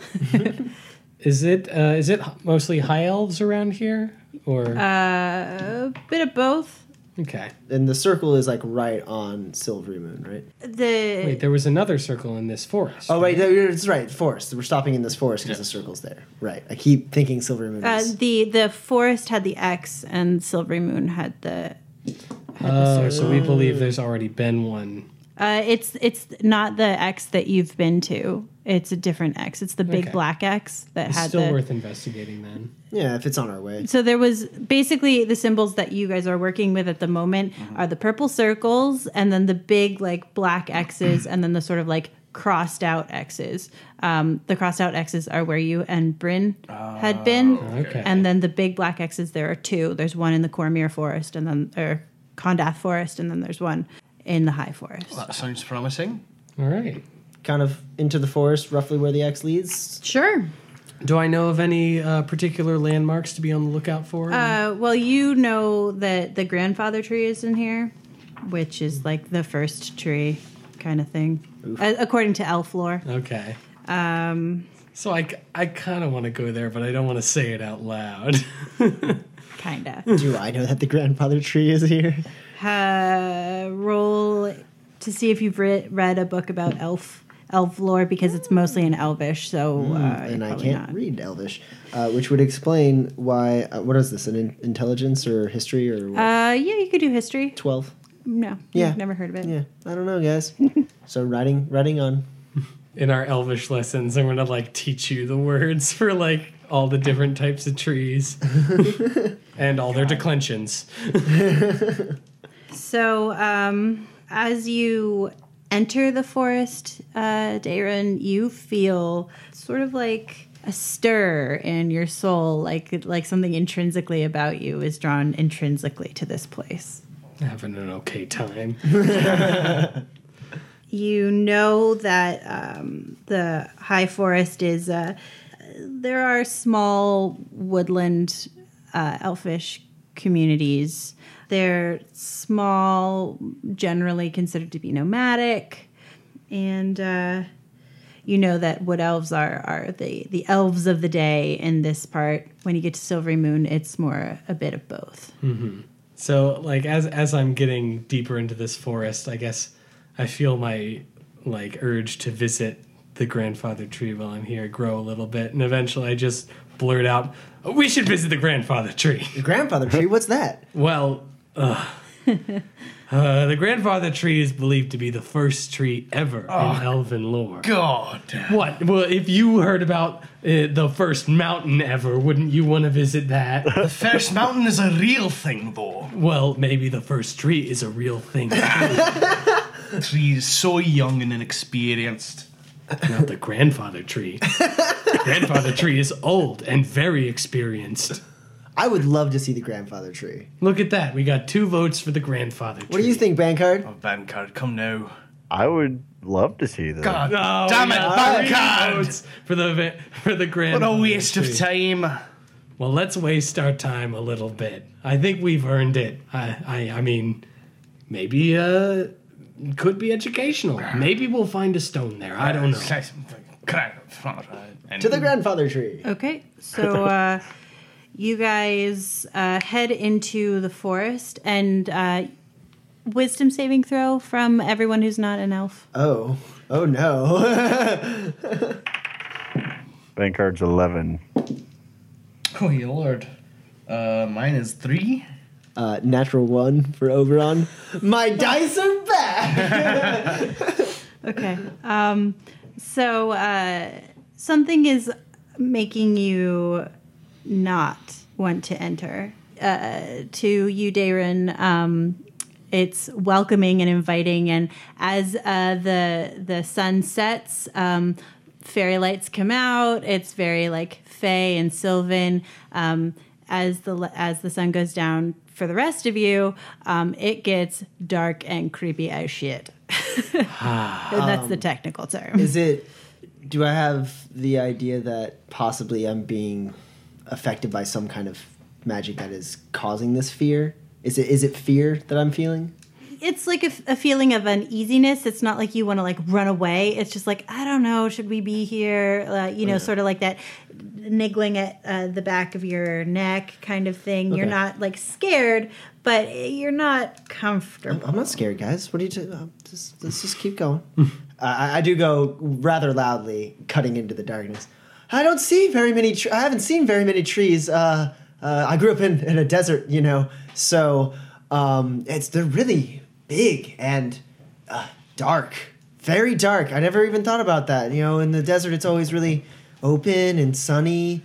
[SPEAKER 6] is it uh, is it mostly high elves around here, or
[SPEAKER 1] Uh, a bit of both.
[SPEAKER 6] okay?
[SPEAKER 2] And the circle is like right on Silvery Moon, right?
[SPEAKER 1] The
[SPEAKER 6] Wait, there was another circle in this forest.
[SPEAKER 2] Oh, right, no, you're- it's right. Forest. We're stopping in this forest because the circle's there. Right. I keep thinking Silvery Moon.
[SPEAKER 1] uh,
[SPEAKER 2] is-
[SPEAKER 1] the the forest had the X, and Silvery Moon had the. Had the
[SPEAKER 6] Oh,
[SPEAKER 1] circle.
[SPEAKER 6] so we believe there's already been one.
[SPEAKER 1] Uh, it's it's not the X that you've been to. It's a different X. It's the big
[SPEAKER 6] Okay.
[SPEAKER 1] black X that
[SPEAKER 6] It's
[SPEAKER 1] had
[SPEAKER 6] still
[SPEAKER 1] the.
[SPEAKER 6] worth investigating then.
[SPEAKER 2] yeah, if it's on our way.
[SPEAKER 1] so there was basically the symbols that you guys are working with at the moment are the purple circles and then the big like black X's and then the sort of like crossed out X's. Um, the crossed out X's are where you and Bryn had been,
[SPEAKER 6] okay.
[SPEAKER 1] and then the big black X's. There are two. There's one in the Cormier Forest and then or Condath Forest, and then there's one in the High Forest.
[SPEAKER 4] that sounds promising.
[SPEAKER 6] All right.
[SPEAKER 2] Kind of into the forest, roughly where the X leads.
[SPEAKER 1] Sure.
[SPEAKER 6] Do I know of any uh, particular landmarks to be on the lookout for?
[SPEAKER 1] Uh, well, you know that the grandfather tree is in here, which is like the first tree kind of thing, uh, according to elf lore.
[SPEAKER 6] okay. Um. So I, kind of want to go there, but I don't want to say it out loud.
[SPEAKER 1] Kinda.
[SPEAKER 2] Do I know that the grandfather tree is here?
[SPEAKER 1] uh, roll to see if you've re- read a book about elf elf lore because it's mostly in Elvish. So uh,
[SPEAKER 2] Mm, and I
[SPEAKER 1] probably
[SPEAKER 2] can't
[SPEAKER 1] not.
[SPEAKER 2] read Elvish, uh, which would explain why. Uh, what is this? An in- intelligence or history or what?
[SPEAKER 1] Uh, yeah, you could do history.
[SPEAKER 2] twelve?
[SPEAKER 1] No,
[SPEAKER 2] Yeah.
[SPEAKER 1] you've never heard of it.
[SPEAKER 2] Yeah, I don't know, guys. so riding, riding on.
[SPEAKER 6] In our Elvish lessons, I'm gonna like teach you the words for like all the different types of trees and all their declensions.
[SPEAKER 1] So, um, as you enter the forest, uh, Darren, you feel sort of like a stir in your soul, like like something intrinsically about you is drawn intrinsically to this place.
[SPEAKER 6] Having an okay time.
[SPEAKER 1] You know that um, the high forest is. Uh, there are small woodland uh, elfish communities. They're small, generally considered to be nomadic, and uh, you know that wood elves are are the the elves of the day in this part. When you get to Silvery Moon, it's more a bit of both.
[SPEAKER 6] So like as as I'm getting deeper into this forest, I guess I feel my like urge to visit the grandfather tree while I'm here grow a little bit, and eventually I just blurt out, "We should visit the grandfather tree."
[SPEAKER 2] The grandfather tree. What's that?
[SPEAKER 6] well, ugh. uh, the grandfather tree is believed to be the first tree ever in Elven lore.
[SPEAKER 4] God.
[SPEAKER 6] What? Well, if you heard about uh, the first mountain ever, wouldn't you want to visit that?
[SPEAKER 4] The first mountain is a real thing, though.
[SPEAKER 6] well, maybe the first tree is a real thing, not
[SPEAKER 4] Trees so young and inexperienced.
[SPEAKER 6] the grandfather tree. grandfather tree is old and very experienced.
[SPEAKER 2] I would love to see the grandfather tree.
[SPEAKER 6] Look at that. We got two votes for the grandfather tree.
[SPEAKER 2] What do you think, Bankard?
[SPEAKER 4] Oh, Bankard, Oh, come now.
[SPEAKER 5] I would love to see them.
[SPEAKER 4] God Ah, damn it, thank God.
[SPEAKER 6] Votes for the event- for the grand.
[SPEAKER 4] What a waste
[SPEAKER 6] entry.
[SPEAKER 4] of time.
[SPEAKER 6] Well, let's waste our time a little bit. I think we've earned it. I, I, I mean, maybe uh, could be educational. Maybe we'll find a stone there. I don't know.
[SPEAKER 2] To the grandfather tree.
[SPEAKER 1] Okay, so uh, you guys uh, head into the forest and uh, wisdom saving throw from everyone who's not an elf.
[SPEAKER 2] Oh. Oh no.
[SPEAKER 5] Vanguard's 11.
[SPEAKER 4] Oh, you lord. Uh, mine is three.
[SPEAKER 2] uh, natural one for Oberon. My dice are back.
[SPEAKER 1] Okay. Um, so uh, something is making you not want to enter. Uh, to you, Darren, um, it's welcoming and inviting. And as uh, the the sun sets, um, fairy lights come out. It's very like Fey and Sylvan. Um, as the as the sun goes down for the rest of you, um, it gets dark and creepy as shit. That's the technical term.
[SPEAKER 2] Is it? Do I have the idea that possibly I'm being affected by some kind of magic that is causing this fear? Is it? Is it fear that I'm feeling?
[SPEAKER 1] it's like a, a feeling of uneasiness. It's not like you want to like run away. It's just like I don't know, should we be here? Uh, you know, sort of like that niggling at uh, the back of your neck kind of thing. You're
[SPEAKER 2] Okay.
[SPEAKER 1] not like scared, but eh, you're not comfortable.
[SPEAKER 2] I'm not scared, guys. What are you? T- uh, just, let's just keep going. I, I do go rather loudly, cutting into the darkness. I don't see very many. Tr- I haven't seen very many trees. Uh, uh, I grew up in, in a desert, you know, so um, it's they're really big and uh, dark, very dark. I never even thought about that. You know, in the desert, it's always really open and sunny,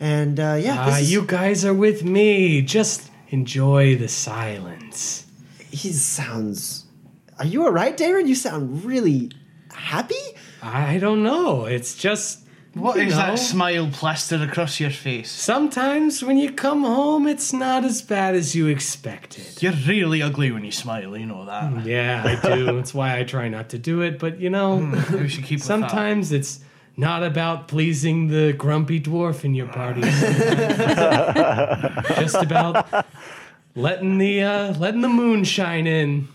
[SPEAKER 2] and uh, yeah,
[SPEAKER 6] Ah,
[SPEAKER 2] this is-
[SPEAKER 6] you guys are with me. Just enjoy the silence.
[SPEAKER 2] he sounds. Are you all right, Darren? You sound really happy.
[SPEAKER 6] I don't know. It's just
[SPEAKER 4] What
[SPEAKER 6] you
[SPEAKER 4] is
[SPEAKER 6] know,
[SPEAKER 4] that smile plastered across your face?
[SPEAKER 6] Sometimes when you come home, it's not as bad as you expected.
[SPEAKER 4] You're really ugly when you smile, you know that.
[SPEAKER 6] Yeah, I do. That's why I try not to do it. But you know,
[SPEAKER 4] we should keep with that.
[SPEAKER 6] sometimes it's not about pleasing the grumpy dwarf in your party. It's Just about letting the uh, letting the moon shine in.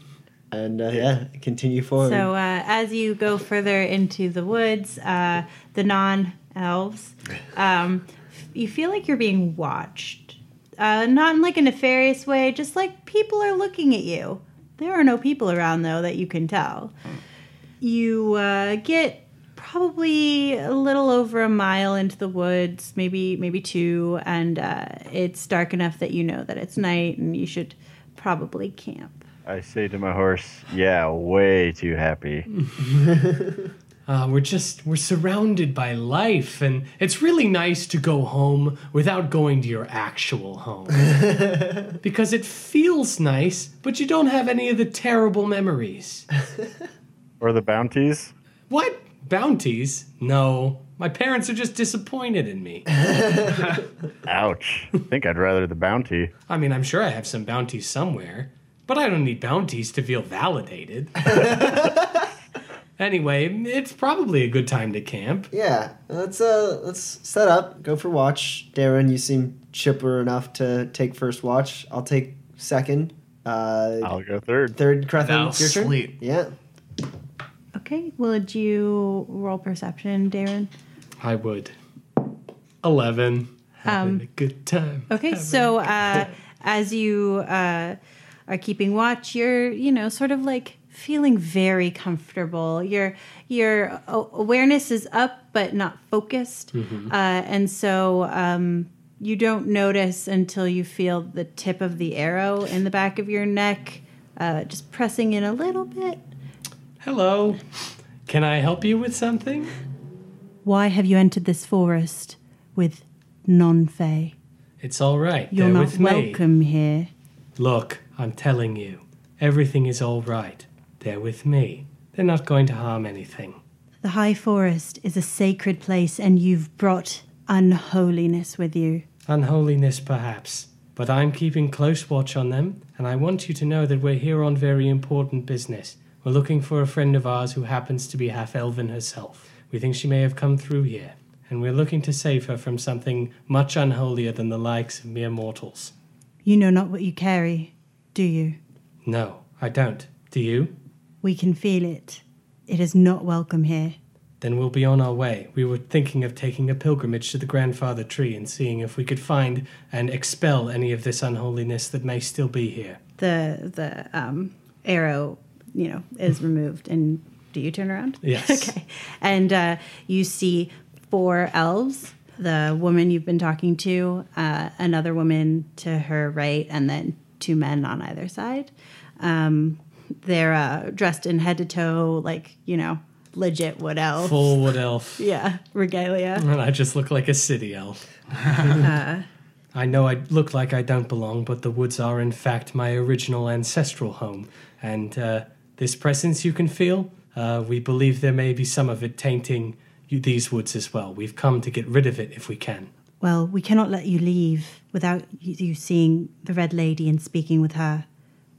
[SPEAKER 2] and uh, yeah, continue forward.
[SPEAKER 1] So uh, as you go further into the woods, uh, the non elves, um, you feel like you're being watched. Uh, not in like a nefarious way, just like people are looking at you. There are no people around though that you can tell. You uh, get probably a little over a mile into the woods, maybe maybe two, and uh, it's dark enough that you know that it's night and you should probably camp.
[SPEAKER 5] I say to my horse, yeah, way too happy.
[SPEAKER 6] Uh, we're just we're surrounded by life, and it's really nice to go home without going to your actual home because it feels nice, but you don't have any of the terrible memories.
[SPEAKER 5] or the bounties?
[SPEAKER 6] What bounties? No, my parents are just disappointed in me.
[SPEAKER 5] Ouch. I think I'd rather the bounty.
[SPEAKER 6] I mean, I'm sure I have some bounties somewhere, but I don't need bounties to feel validated. anyway, it's probably a good time to camp.
[SPEAKER 2] yeah, let's uh let's set up, go for watch. Darren, you seem chipper enough to take first watch. I'll take second. Uh
[SPEAKER 5] I'll go third.
[SPEAKER 2] third Crethin,
[SPEAKER 4] I'll
[SPEAKER 2] it's your turn.
[SPEAKER 4] sleep.
[SPEAKER 2] Yeah. Uh,
[SPEAKER 1] Okay, would you roll perception, Darren?
[SPEAKER 6] I would. Eleven. Having a good time.
[SPEAKER 1] Um, Okay, so uh, as you uh, are keeping watch, you're you know sort of like feeling very comfortable. Your your a- awareness is up, but not focused, uh, and so um, you don't notice until you feel the tip of the arrow in the back of your neck, uh, just pressing in a little bit.
[SPEAKER 6] Hello. Can I help you with something?
[SPEAKER 1] Why have you entered this forest with non-fey?
[SPEAKER 6] It's all right.
[SPEAKER 1] You're
[SPEAKER 6] They're
[SPEAKER 1] not
[SPEAKER 6] with me.
[SPEAKER 1] welcome here.
[SPEAKER 6] Look, I'm telling you, everything is all right. They're with me. They're not going to harm anything.
[SPEAKER 1] The High Forest is a sacred place, and you've brought unholiness with you.
[SPEAKER 6] Unholiness, perhaps. But I'm keeping close watch on them, and I want you to know that we're here on very important business. We're looking for a friend of ours who happens to be half elven herself. We think she may have come through here, and we're looking to save her from something much unholier than the likes of mere mortals.
[SPEAKER 1] You know not what you carry, do you?
[SPEAKER 6] No, I don't. Do you?
[SPEAKER 1] We can feel it. It is not welcome here.
[SPEAKER 6] Then we'll be on our way. We were thinking of taking a pilgrimage to the grandfather tree and seeing if we could find and expel any of this unholiness that may still be here.
[SPEAKER 1] The the um, arrow, you know, is removed. And do you turn around?
[SPEAKER 6] Mm-hmm. Yes.
[SPEAKER 1] okay. And uh, you see four elves. The woman you've been talking to, uh, another woman to her right, and then two men on either side. Um, they're uh, dressed in head to toe, like you know, legit wood elf.
[SPEAKER 6] Full wood elf.
[SPEAKER 1] Yeah, regalia.
[SPEAKER 6] And I just look like a city elf. I know I look like I don't belong, but the woods are, in fact, my original ancestral home. And uh, this presence you can feel, uh, we believe there may be some of it tainting you, these woods as well. We've come to get rid of it if we can.
[SPEAKER 1] Well, we cannot let you leave without you you seeing the Red Lady and speaking with her.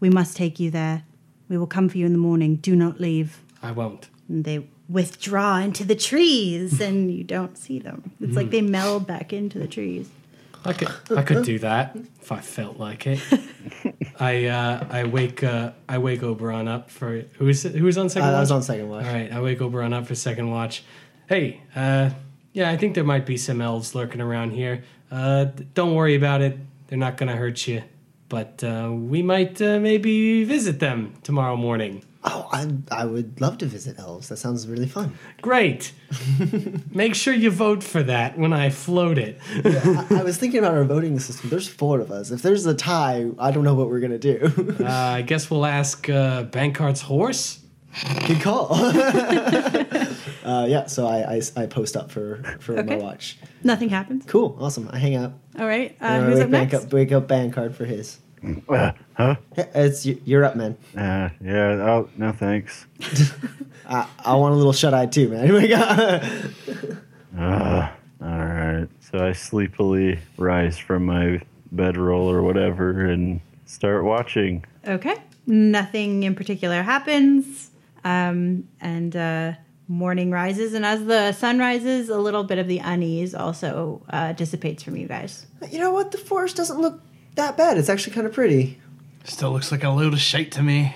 [SPEAKER 1] We must take you there. We will come for you in the morning. Do not leave.
[SPEAKER 6] I won't.
[SPEAKER 1] And they withdraw into the trees, and you don't see them. It's like they meld back into the trees.
[SPEAKER 6] I could, I could do that if I felt like it. I, uh, I wake, uh, I wake Oberon up for who is who was on second.
[SPEAKER 2] Uh, I was
[SPEAKER 6] watch?
[SPEAKER 2] on second watch.
[SPEAKER 6] All right, I wake Oberon up for second watch. Hey, uh, yeah, I think there might be some elves lurking around here. Uh, d- don't worry about it; they're not gonna hurt you. But uh, we might uh, maybe visit them tomorrow morning.
[SPEAKER 2] Oh, I, I would love to visit elves. That sounds really fun.
[SPEAKER 6] Great. Make sure you vote for that when I float it.
[SPEAKER 2] I, I was thinking about our voting system. There's four of us. If there's a tie, I don't know what we're gonna do.
[SPEAKER 6] Uh, I guess we'll ask uh, Bankart's horse.
[SPEAKER 2] Good call. uh, yeah, so I, I, I post up for for my
[SPEAKER 1] Okay.
[SPEAKER 2] watch.
[SPEAKER 1] Nothing happens.
[SPEAKER 2] Cool, awesome. I hang out.
[SPEAKER 1] All right. Uh,
[SPEAKER 2] And I
[SPEAKER 1] who's
[SPEAKER 2] wake
[SPEAKER 1] up
[SPEAKER 2] bank
[SPEAKER 1] next?
[SPEAKER 2] up wake up band card for his.
[SPEAKER 5] Uh, huh?
[SPEAKER 2] Yeah, It's you- you're up, man.
[SPEAKER 5] Uh, yeah. Oh, no, thanks.
[SPEAKER 2] I, I want a little shut eye too, man. Wake up.
[SPEAKER 5] Uh, all right. So I sleepily rise from my bedroll or whatever and start watching.
[SPEAKER 1] Okay. Nothing in particular happens. Um, and uh, morning rises. And as the sun rises, a little bit of the unease also uh, dissipates from you guys.
[SPEAKER 2] you know what? The forest doesn't look that bad. It's actually kind of pretty.
[SPEAKER 4] Still looks like a load of shite to me.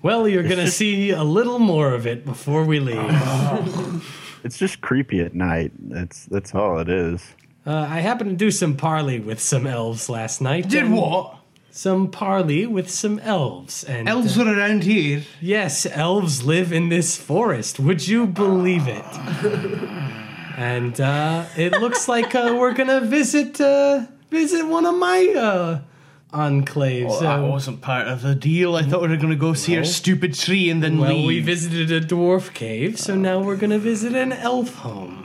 [SPEAKER 6] Well, you're gonna see a little more of it before we leave.
[SPEAKER 5] It's just creepy at night. That's that's all it is.
[SPEAKER 6] Uh, I happened to do some parley with some elves last night.
[SPEAKER 4] Did
[SPEAKER 6] and-
[SPEAKER 4] what?
[SPEAKER 6] Some parley with some elves. And uh,
[SPEAKER 4] Elves were around here.
[SPEAKER 6] yes, elves live in this forest. Would you believe it? and uh, it looks like uh, we're gonna visit uh, visit one of my uh, enclaves.
[SPEAKER 4] That
[SPEAKER 6] Uh,
[SPEAKER 4] wasn't part of the deal. I thought we were going to go see our stupid tree and then
[SPEAKER 6] well,
[SPEAKER 4] leave.
[SPEAKER 6] we visited a dwarf cave, so now we're gonna visit an elf home.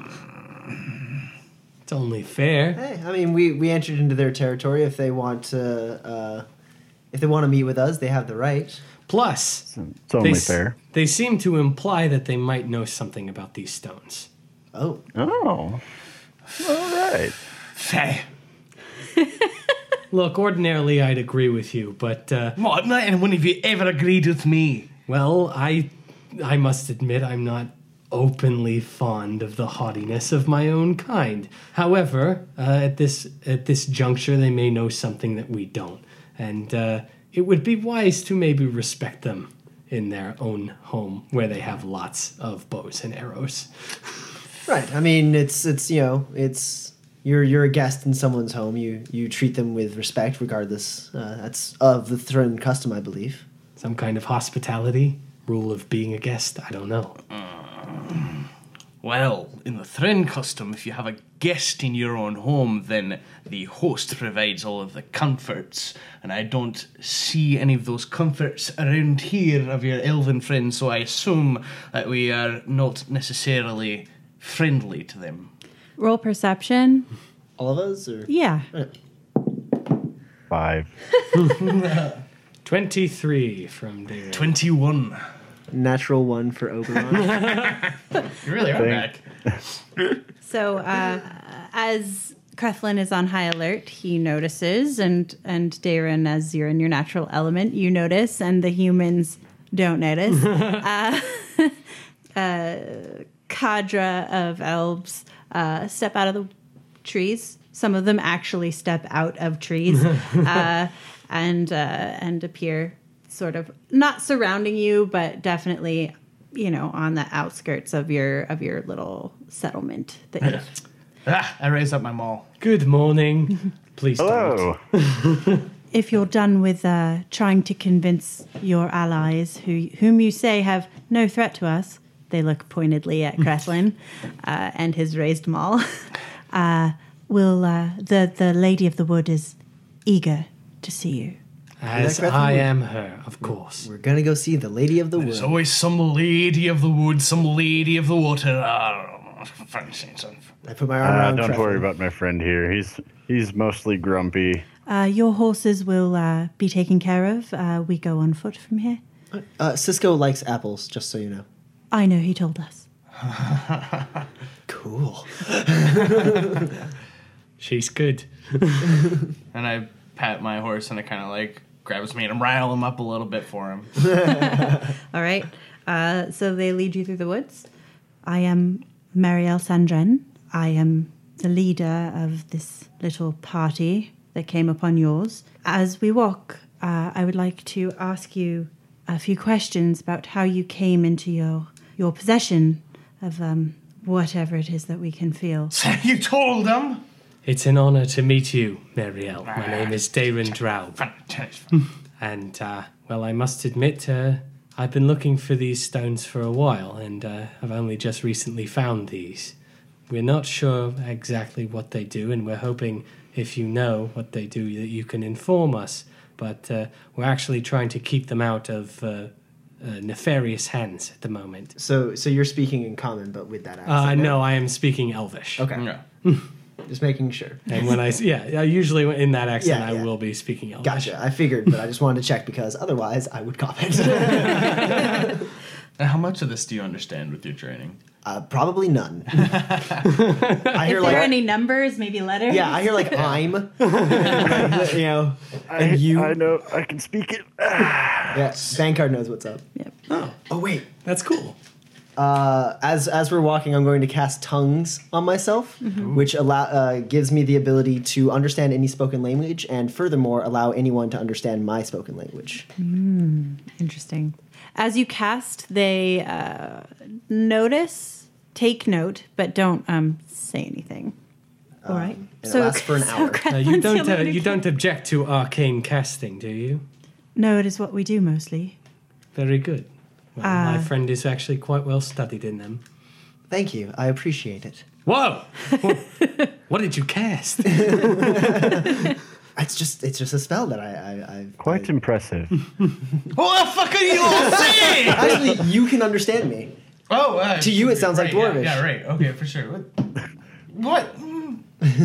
[SPEAKER 6] It's only fair.
[SPEAKER 2] Hey, I mean, we, we entered into their territory. If they want to, uh, if they want to meet with us, they have the right.
[SPEAKER 6] Plus,
[SPEAKER 5] It's only
[SPEAKER 6] s-
[SPEAKER 5] fair.
[SPEAKER 6] They seem to imply that they might know something about these stones.
[SPEAKER 2] Oh,
[SPEAKER 5] Oh. All right.
[SPEAKER 4] Feh.
[SPEAKER 6] Look, ordinarily I'd agree with you, but uh,
[SPEAKER 4] What? Not any one of you ever agreed with me.
[SPEAKER 6] well, I I must admit I'm not openly fond of the haughtiness of my own kind. However, uh, at this at this juncture, they may know something that we don't, and uh, it would be wise to maybe respect them in their own home where they have lots of bows and arrows.
[SPEAKER 2] right. I mean, it's it's you know, it's you're you're a guest in someone's home. You you treat them with respect, regardless. Uh, that's of the throne custom, I believe.
[SPEAKER 6] Some kind of hospitality rule of being a guest. I don't know.
[SPEAKER 4] Well, in the Thren custom, if you have a guest in your own home, then the host provides all of the comforts, and I don't see any of those comforts around here of your elven friends, so I assume that we are not necessarily friendly to them.
[SPEAKER 8] Roll perception.
[SPEAKER 2] All of us, or
[SPEAKER 8] Yeah.
[SPEAKER 5] Five.
[SPEAKER 6] 23 from David.
[SPEAKER 4] 21.
[SPEAKER 2] natural one for Oberon.
[SPEAKER 4] You really are back.
[SPEAKER 1] So uh, as Creflin is on high alert, he notices, and and Darren, as you're in your natural element, you notice, and the humans don't notice. uh, uh, cadre of elves uh, step out of the trees. Some of them actually step out of trees uh, and uh, and appear sort of not surrounding you, but definitely you know on the outskirts of your of your little settlement that you
[SPEAKER 7] Ah, I raise up my maul.
[SPEAKER 6] Good morning. Please don't.
[SPEAKER 5] Hello. Uh,
[SPEAKER 1] if you're done with uh, trying to convince your allies, who whom you say have no threat to us, they look pointedly at Kreslin uh, and his raised maul. Uh, will uh, the the lady of the wood is eager to see you?
[SPEAKER 6] As
[SPEAKER 2] Like that
[SPEAKER 6] I
[SPEAKER 2] thing-
[SPEAKER 6] am her, of course.
[SPEAKER 2] We're gonna go see the Lady of the Wood.
[SPEAKER 7] There's always some lady of the wood, some lady of the water. Ah, fancy something.
[SPEAKER 2] I put my arm
[SPEAKER 5] Uh,
[SPEAKER 2] around.
[SPEAKER 5] don't
[SPEAKER 2] Trevor.
[SPEAKER 5] worry about my friend here. He's he's mostly grumpy.
[SPEAKER 1] Uh, your horses will uh, be taken care of. Uh, we go on foot from here.
[SPEAKER 2] Uh, Cisco likes apples, just so you know.
[SPEAKER 1] I know he told us.
[SPEAKER 2] Cool.
[SPEAKER 6] She's good.
[SPEAKER 7] And I pat my horse and it kind of like grabs me and I rile him up a little bit for him.
[SPEAKER 1] All right. Uh, so they lead you through the woods. I am Marielle Sandren. I am the leader of this little party that came upon yours. As we walk, uh, I would like to ask you a few questions about how you came into your your possession of um, whatever it is that we can feel.
[SPEAKER 7] you told him.
[SPEAKER 6] It's an honor to meet you, Marielle. My
[SPEAKER 2] Ah,
[SPEAKER 6] name is Darren Draub. And, uh, well, I must admit, uh, I've been looking for these stones for a while, and uh, I've only just recently found these. We're not sure exactly what they do, and we're hoping if you know what they do that you can inform us. But uh, we're actually trying to keep them out of uh, uh, nefarious hands at the moment.
[SPEAKER 2] So, so you're speaking in common, but with that accent.
[SPEAKER 6] Uh,
[SPEAKER 2] right?
[SPEAKER 6] no, I am speaking Elvish.
[SPEAKER 2] Ah, Okay.
[SPEAKER 7] Yeah.
[SPEAKER 2] Just making sure.
[SPEAKER 6] And when I s- yeah, I usually in that accent
[SPEAKER 2] Yeah,
[SPEAKER 6] I
[SPEAKER 2] yeah.
[SPEAKER 6] will be speaking Elvish.
[SPEAKER 2] Gotcha. I figured, but I just wanted to check because otherwise I would comment.
[SPEAKER 7] How much of this do you understand with your training?
[SPEAKER 2] uh, probably none. I hear
[SPEAKER 1] If there are
[SPEAKER 2] like
[SPEAKER 1] any numbers, maybe letters.
[SPEAKER 2] yeah, I hear like I'm. you know,
[SPEAKER 5] I,
[SPEAKER 2] you-
[SPEAKER 5] I know I can speak it.
[SPEAKER 2] yeah. Bankard knows what's up.
[SPEAKER 1] Yep.
[SPEAKER 2] Oh wait.
[SPEAKER 6] That's cool.
[SPEAKER 2] Uh, as as we're walking, I'm going to cast tongues on myself, which allow uh, gives me the ability to understand any spoken language, and furthermore allow anyone to understand my spoken language.
[SPEAKER 1] Interesting. As you cast, they uh, notice, take note, but don't um, say anything. All right.
[SPEAKER 2] Um, and it lasts for an hour.
[SPEAKER 6] Now, you don't uh, you don't object to arcane casting, do you?
[SPEAKER 1] No, it is what we do mostly.
[SPEAKER 6] Very good. Well, my friend is actually quite well studied in them.
[SPEAKER 2] Thank you. I appreciate it.
[SPEAKER 6] Whoa! what did you cast?
[SPEAKER 2] It's just it's just a spell that I I I've,
[SPEAKER 5] Quite impressive.
[SPEAKER 7] What the fuck are you all saying?
[SPEAKER 2] Actually, you can understand me.
[SPEAKER 7] Oh, uh,
[SPEAKER 2] To you it sounds like
[SPEAKER 7] right, yeah,
[SPEAKER 2] dwarvish.
[SPEAKER 7] Yeah, right. Okay, for sure. What? What? Mm.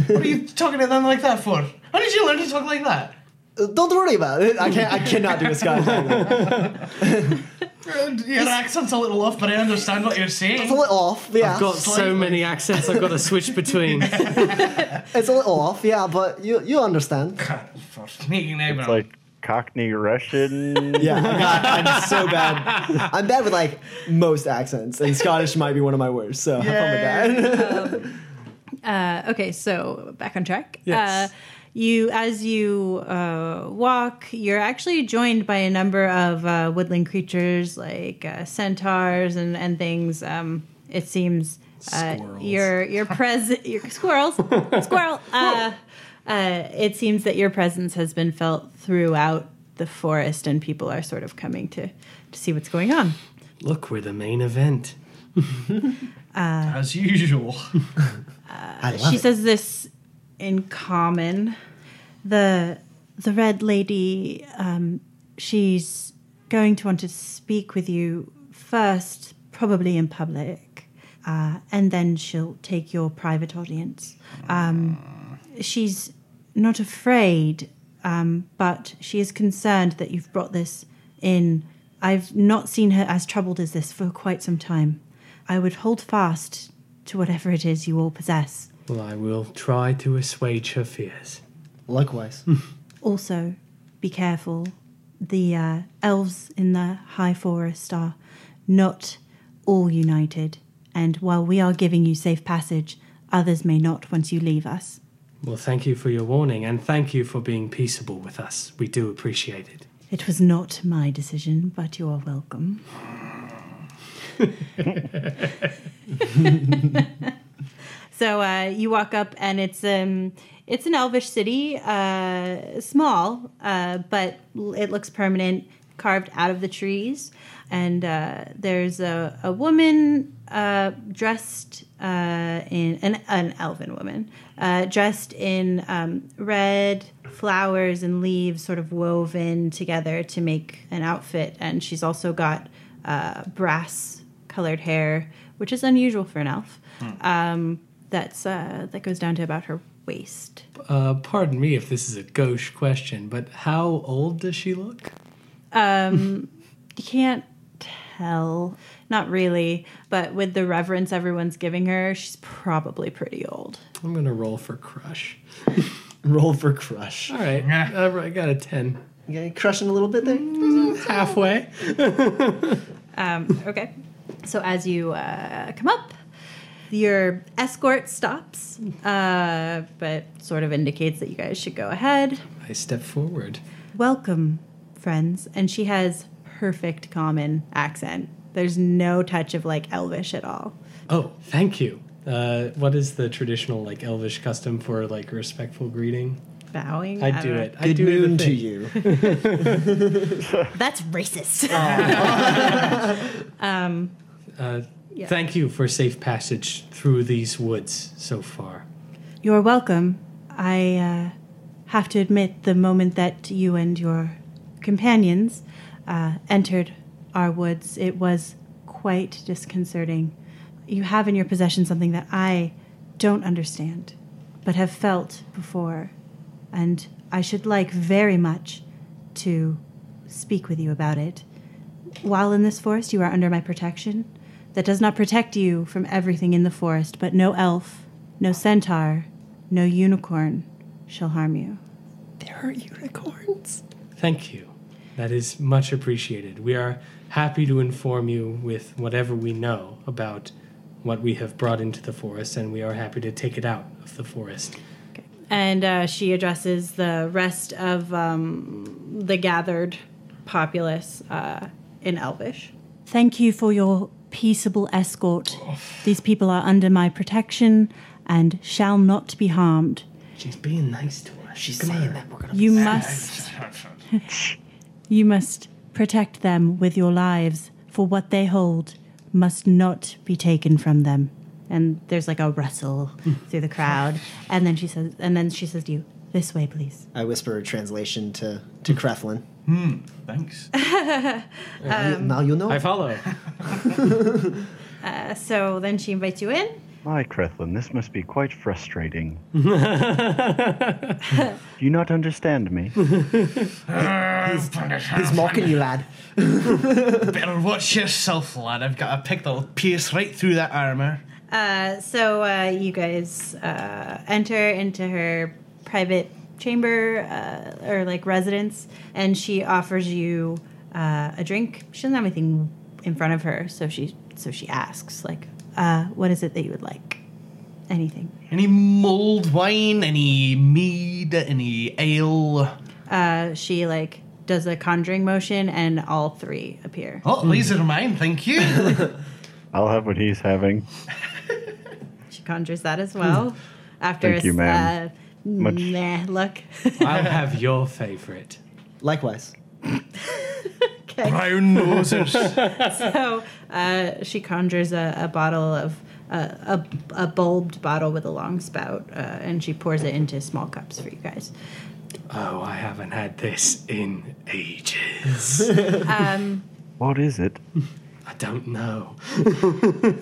[SPEAKER 7] what are you talking to them like that for? How did you learn to talk like that?
[SPEAKER 2] Uh, Don't worry about it. I can't. I cannot do a Scottish accent.
[SPEAKER 7] Your, your accent's a little off, but I understand what you're saying.
[SPEAKER 2] It's a little off. Yeah,
[SPEAKER 6] I've got so many accents I've got to switch between.
[SPEAKER 2] it's a little off. Yeah, but you you understand.
[SPEAKER 7] for making
[SPEAKER 5] It's like Cockney Russian.
[SPEAKER 2] Yeah, God, I'm so bad. I'm bad with like most accents, and Scottish might be one of my worst. So have fun with that.
[SPEAKER 1] Uh, okay, so back on track. Uh,
[SPEAKER 6] Yes.
[SPEAKER 1] you, as you uh, walk, you're actually joined by a number of uh, woodland creatures like uh, centaurs and and things. Um, it seems uh,
[SPEAKER 6] Squirrels.
[SPEAKER 1] your your pres your squirrels squirrel. Uh, uh, it seems that your presence has been felt throughout the forest, and people are sort of coming to to see what's going on.
[SPEAKER 6] Look, we're the main event.
[SPEAKER 7] as usual.
[SPEAKER 2] I love
[SPEAKER 1] she
[SPEAKER 2] it.
[SPEAKER 1] says this in common. The the red lady, um, she's going to want to speak with you first, probably in public, uh, and then she'll take your private audience. Um, she's not afraid, um, but she is concerned that you've brought this in. I've not seen her as troubled as this for quite some time. I would hold fast to whatever it is you all possess.
[SPEAKER 6] Well, I will try to assuage her fears.
[SPEAKER 2] Likewise,
[SPEAKER 1] Also, be careful the uh, elves in the high forest are not all united, and while we are giving you safe passage, others may not once you leave us.
[SPEAKER 6] Well, thank you for your warning, and thank you for being peaceable with us. We do appreciate it.
[SPEAKER 1] It was not my decision, but you are welcome. so uh, you walk up, and it's um, it's an elvish city, uh, small, uh, but l- it looks permanent, carved out of the trees. And uh, there's a, a woman uh, dressed uh, in an, an elven woman uh, dressed in um, red flowers and leaves, sort of woven together to make an outfit. And she's also got uh, brass colored hair, which is unusual for an elf. Um, that's uh, that goes down to about her waist.
[SPEAKER 6] Uh, pardon me if this is a gauche question, but how old does she look?
[SPEAKER 1] You can't tell, not really, but with the reverence everyone's giving her, she's probably pretty old.
[SPEAKER 6] I'm gonna roll for crush.
[SPEAKER 2] Roll for crush.
[SPEAKER 6] All right, uh,
[SPEAKER 7] Yeah.
[SPEAKER 6] I got a ten.
[SPEAKER 2] Okay, crushing a little bit there.
[SPEAKER 6] Halfway.
[SPEAKER 1] Okay. So as you uh, come up, your escort stops, uh, but sort of indicates that you guys should go ahead.
[SPEAKER 6] I step forward.
[SPEAKER 1] Welcome, friends. And she has perfect common accent. There's no touch of like elvish at all.
[SPEAKER 6] Oh, thank you. Uh, what is the traditional like Elvish custom for like respectful greeting?
[SPEAKER 1] Bowing.
[SPEAKER 6] I,
[SPEAKER 1] don't
[SPEAKER 6] do
[SPEAKER 1] know.
[SPEAKER 6] it. I
[SPEAKER 2] Good
[SPEAKER 6] do the
[SPEAKER 2] noon to
[SPEAKER 6] thing.
[SPEAKER 2] you.
[SPEAKER 1] That's racist.
[SPEAKER 6] Uh, Thank you for safe passage through these woods so far.
[SPEAKER 1] You're welcome. I uh, have to admit, the moment that you and your companions uh, entered our woods, it was quite disconcerting. You have in your possession something that I don't understand, but have felt before, and I should like very much to speak with you about it. While in this forest, you are under my protection. That does not protect you from everything in the forest, but no elf, no centaur, no unicorn shall harm you.
[SPEAKER 6] Thank you. That is much appreciated. We are happy to inform you with whatever we know about what we have brought into the forest, and we are happy to take it out of the forest.
[SPEAKER 1] And uh, she addresses the rest of um, the gathered populace uh, in Elvish. Thank you for your peaceable escort. These people are under my protection and shall not be harmed.
[SPEAKER 6] She's being nice to us. She's saying that.
[SPEAKER 1] You must. you must protect them with your lives, for what they hold must not be taken from them. And there's like a rustle through the crowd, and then she says, and then she says to you, "This way, please."
[SPEAKER 2] I whisper a translation to to Kreflin.
[SPEAKER 7] Thanks.
[SPEAKER 2] now you know.
[SPEAKER 6] I follow.
[SPEAKER 1] So then she invites you in.
[SPEAKER 5] My Krethlin, this must be quite frustrating. Do you not understand me?
[SPEAKER 2] He's mocking you, lad.
[SPEAKER 7] Better watch yourself, lad. I've got a pick that'll pierce right through that armor.
[SPEAKER 1] Uh, so uh, you guys uh, enter into her private chamber uh, or like residence, and she offers you uh, a drink. She doesn't have anything in front of her, so she so she asks like, uh, "What is it that you would like?" Anything.
[SPEAKER 7] Any mulled wine, any mead, any ale.
[SPEAKER 1] Uh, she like does a conjuring motion, and all three appear.
[SPEAKER 6] Hmm.
[SPEAKER 7] Oh, these are mine, thank you.
[SPEAKER 5] I'll have what he's having.
[SPEAKER 1] She conjures that as well. After
[SPEAKER 5] Hmm. Thank
[SPEAKER 1] a s-
[SPEAKER 5] you, ma'am.
[SPEAKER 1] Uh,
[SPEAKER 5] Much-
[SPEAKER 1] meh look.
[SPEAKER 6] I'll have your favorite.
[SPEAKER 2] Likewise.
[SPEAKER 7] Brown noses.
[SPEAKER 1] So uh, she conjures a, a bottle of uh, a, a bulbed bottle with a long spout, uh, and she pours it into small cups for you guys.
[SPEAKER 6] Oh, I haven't had this in ages.
[SPEAKER 5] What is it?
[SPEAKER 6] I don't know.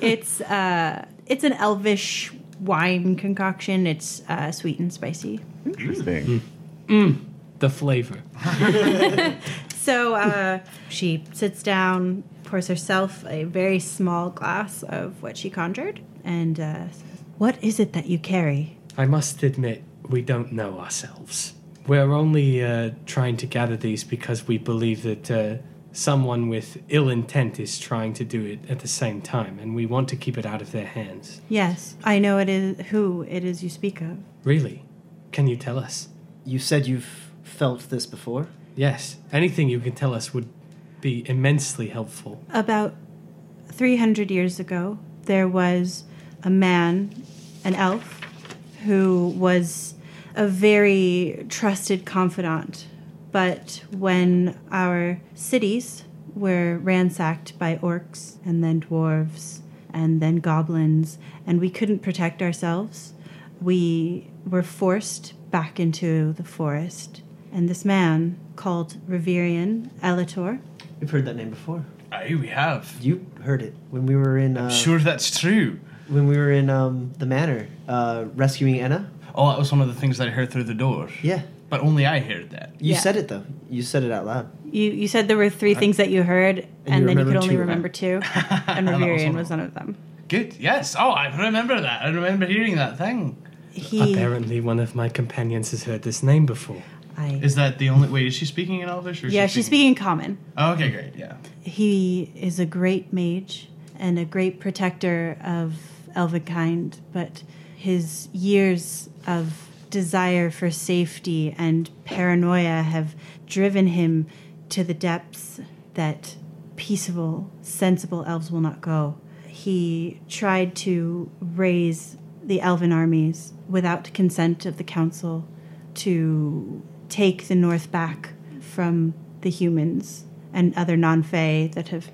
[SPEAKER 1] It's uh, it's an elvish wine concoction. It's uh, sweet and spicy.
[SPEAKER 5] Interesting.
[SPEAKER 6] The flavor.
[SPEAKER 1] So uh, she sits down, pours herself a very small glass of what she conjured, and uh, says, "What is it that you carry?"
[SPEAKER 6] I must admit, we don't know ourselves. We're only uh, trying to gather these because we believe that uh, someone with ill intent is trying to do it at the same time, and we want to keep it out of their hands.
[SPEAKER 1] Yes, I know it is who it is you speak of.
[SPEAKER 6] Really? Can you tell us?
[SPEAKER 9] You said you've felt this before.
[SPEAKER 6] Yes. Anything you can tell us would be immensely helpful.
[SPEAKER 1] About 300 years ago, there was a man, an elf, who was a very trusted confidant. But when our cities were ransacked by orcs and then dwarves and then goblins, and we couldn't protect ourselves, we were forced back into the forest. And this man, called Reverian Elator,
[SPEAKER 9] You've heard that name before.
[SPEAKER 7] Aye, we have.
[SPEAKER 9] You heard it when we were in uh,
[SPEAKER 7] Sure, that's true.
[SPEAKER 9] when we were in um, the manor uh, rescuing Anna.
[SPEAKER 7] Oh, that was one of the things that I heard through the door.
[SPEAKER 9] Yeah,
[SPEAKER 7] But only I heard that.
[SPEAKER 9] you
[SPEAKER 1] Yeah.
[SPEAKER 9] said it though. You said it out loud.
[SPEAKER 1] You you said there were three things that you heard, and,
[SPEAKER 9] you
[SPEAKER 1] then you could
[SPEAKER 9] remembered
[SPEAKER 1] only
[SPEAKER 9] two of them.
[SPEAKER 1] remember two, and
[SPEAKER 7] that was
[SPEAKER 1] Reverian
[SPEAKER 7] one.
[SPEAKER 1] was one of them.
[SPEAKER 7] Good. Yes. Oh, I remember that. I remember hearing that thing.
[SPEAKER 1] He,
[SPEAKER 6] Apparently, one of my companions has heard this name before.
[SPEAKER 1] I,
[SPEAKER 7] Is that the only way? Is she speaking in Elvish? Or is
[SPEAKER 1] yeah,
[SPEAKER 7] she
[SPEAKER 1] she's speaking common.
[SPEAKER 7] Oh, okay, great. Yeah.
[SPEAKER 1] He is a great mage and a great protector of elvenkind, but his years of desire for safety and paranoia have driven him to the depths that peaceable, sensible elves will not go. He tried to raise the elven armies without consent of the council to take the north back from the humans and other non-fey that have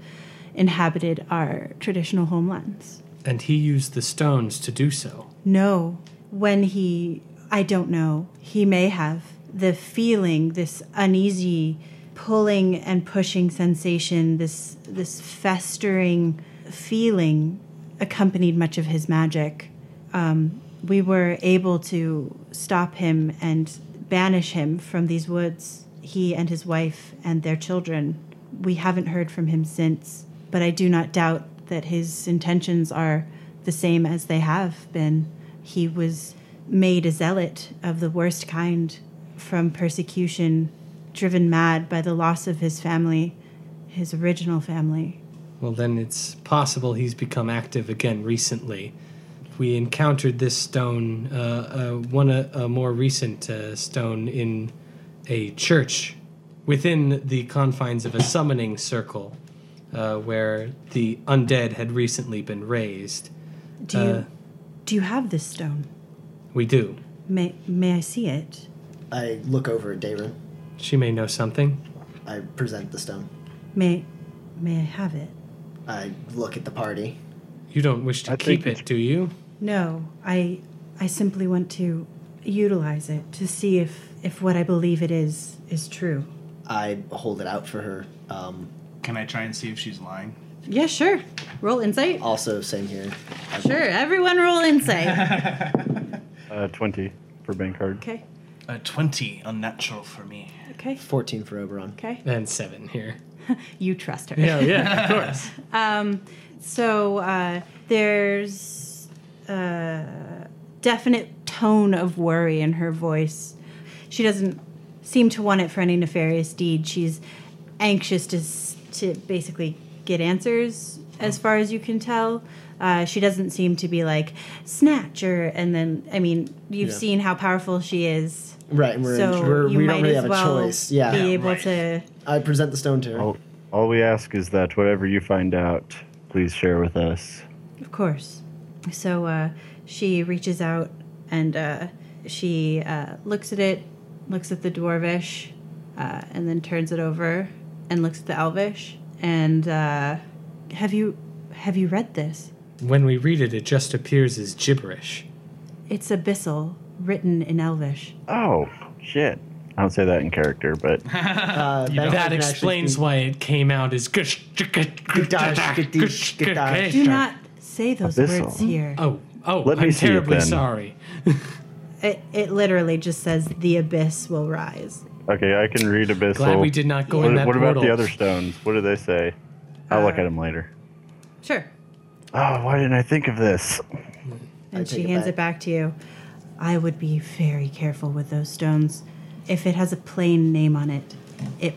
[SPEAKER 1] inhabited our traditional homelands.
[SPEAKER 6] And he used the stones to do so.
[SPEAKER 1] No, when he I don't know. He may have the feeling, this uneasy pulling and pushing sensation, this this festering feeling accompanied much of his magic. Um, we were able to stop him and banish him from these woods, he and his wife and their children. We haven't heard from him since, but I do not doubt that his intentions are the same as they have been. He was made a zealot of the worst kind from persecution, driven mad by the loss of his family, his original family.
[SPEAKER 6] Well, then it's possible he's become active again recently. We encountered this stone, uh, uh, one uh, a more recent uh, stone in a church within the confines of a summoning circle uh, where the undead had recently been raised.
[SPEAKER 1] Do you
[SPEAKER 6] Uh.
[SPEAKER 1] do you have this stone?
[SPEAKER 6] We do.
[SPEAKER 1] May may I see it?
[SPEAKER 9] I look over at Dayron.
[SPEAKER 6] She may know something.
[SPEAKER 9] I present the stone.
[SPEAKER 1] May may I have it?
[SPEAKER 9] I look at the party.
[SPEAKER 6] You don't wish to
[SPEAKER 5] I think
[SPEAKER 6] keep it,
[SPEAKER 5] it's-
[SPEAKER 6] do you?
[SPEAKER 1] No, I I simply want to utilize it to see if if what I believe it is is true.
[SPEAKER 9] I hold it out for her. Um,
[SPEAKER 7] Can I try and see if she's lying?
[SPEAKER 1] Yeah, sure. Roll insight.
[SPEAKER 9] also, same here.
[SPEAKER 1] Sure, everyone roll insight.
[SPEAKER 5] Uh, 20 for bank card.
[SPEAKER 1] okay.
[SPEAKER 7] Uh, Twenty, unnatural for me.
[SPEAKER 1] Okay.
[SPEAKER 9] Fourteen for Oberon.
[SPEAKER 1] Okay.
[SPEAKER 6] And seven here.
[SPEAKER 1] You trust her.
[SPEAKER 6] Yeah, yeah, of course.
[SPEAKER 1] So uh, there's a definite tone of worry in her voice. She doesn't seem to want it for any nefarious deed. She's anxious to s- to basically get answers,
[SPEAKER 9] Oh.
[SPEAKER 1] as far as you can tell. Uh, she doesn't seem to be like snatch or and then I mean you've
[SPEAKER 9] Yeah.
[SPEAKER 1] seen how powerful she is,
[SPEAKER 9] Right, and we're,
[SPEAKER 1] so
[SPEAKER 9] in, we're
[SPEAKER 1] you
[SPEAKER 9] we
[SPEAKER 1] might
[SPEAKER 9] don't really
[SPEAKER 1] as
[SPEAKER 9] have
[SPEAKER 1] well
[SPEAKER 9] a choice. Yeah,
[SPEAKER 1] be able
[SPEAKER 7] right.
[SPEAKER 1] to.
[SPEAKER 9] I present the stone to
[SPEAKER 6] Oh.
[SPEAKER 9] her.
[SPEAKER 5] All, all we ask is that whatever you find out, please share with us.
[SPEAKER 1] Of course. So uh, she reaches out and uh, she uh, looks at it, looks at the dwarvish, uh, and then turns it over and looks at the elvish. And uh, have you have you read this?
[SPEAKER 6] when we read it, it just appears as gibberish.
[SPEAKER 1] It's abyssal, written in elvish.
[SPEAKER 5] Oh, shit. I don't say that in character, but
[SPEAKER 9] Uh, Benjamin
[SPEAKER 6] That
[SPEAKER 9] can actually
[SPEAKER 6] explains
[SPEAKER 9] speak.
[SPEAKER 6] why it came out as gush
[SPEAKER 1] Do not say those
[SPEAKER 5] Abyssal.
[SPEAKER 1] words here.
[SPEAKER 6] Oh, oh,
[SPEAKER 5] Let me
[SPEAKER 6] I'm
[SPEAKER 5] see it
[SPEAKER 6] terribly
[SPEAKER 5] then.
[SPEAKER 6] sorry.
[SPEAKER 1] It, it literally just says the abyss will rise.
[SPEAKER 5] okay, I can read Abyssal.
[SPEAKER 6] Glad we did not go
[SPEAKER 5] What,
[SPEAKER 6] in that
[SPEAKER 5] what
[SPEAKER 6] portal.
[SPEAKER 5] about the other stones? What do they say? I'll look at them later.
[SPEAKER 1] Sure.
[SPEAKER 5] Oh, why didn't I think of this?
[SPEAKER 1] And
[SPEAKER 9] take
[SPEAKER 1] she
[SPEAKER 9] it
[SPEAKER 1] hands
[SPEAKER 9] back.
[SPEAKER 1] it back to you. I would be very careful with those stones. if it has a plain name on it, it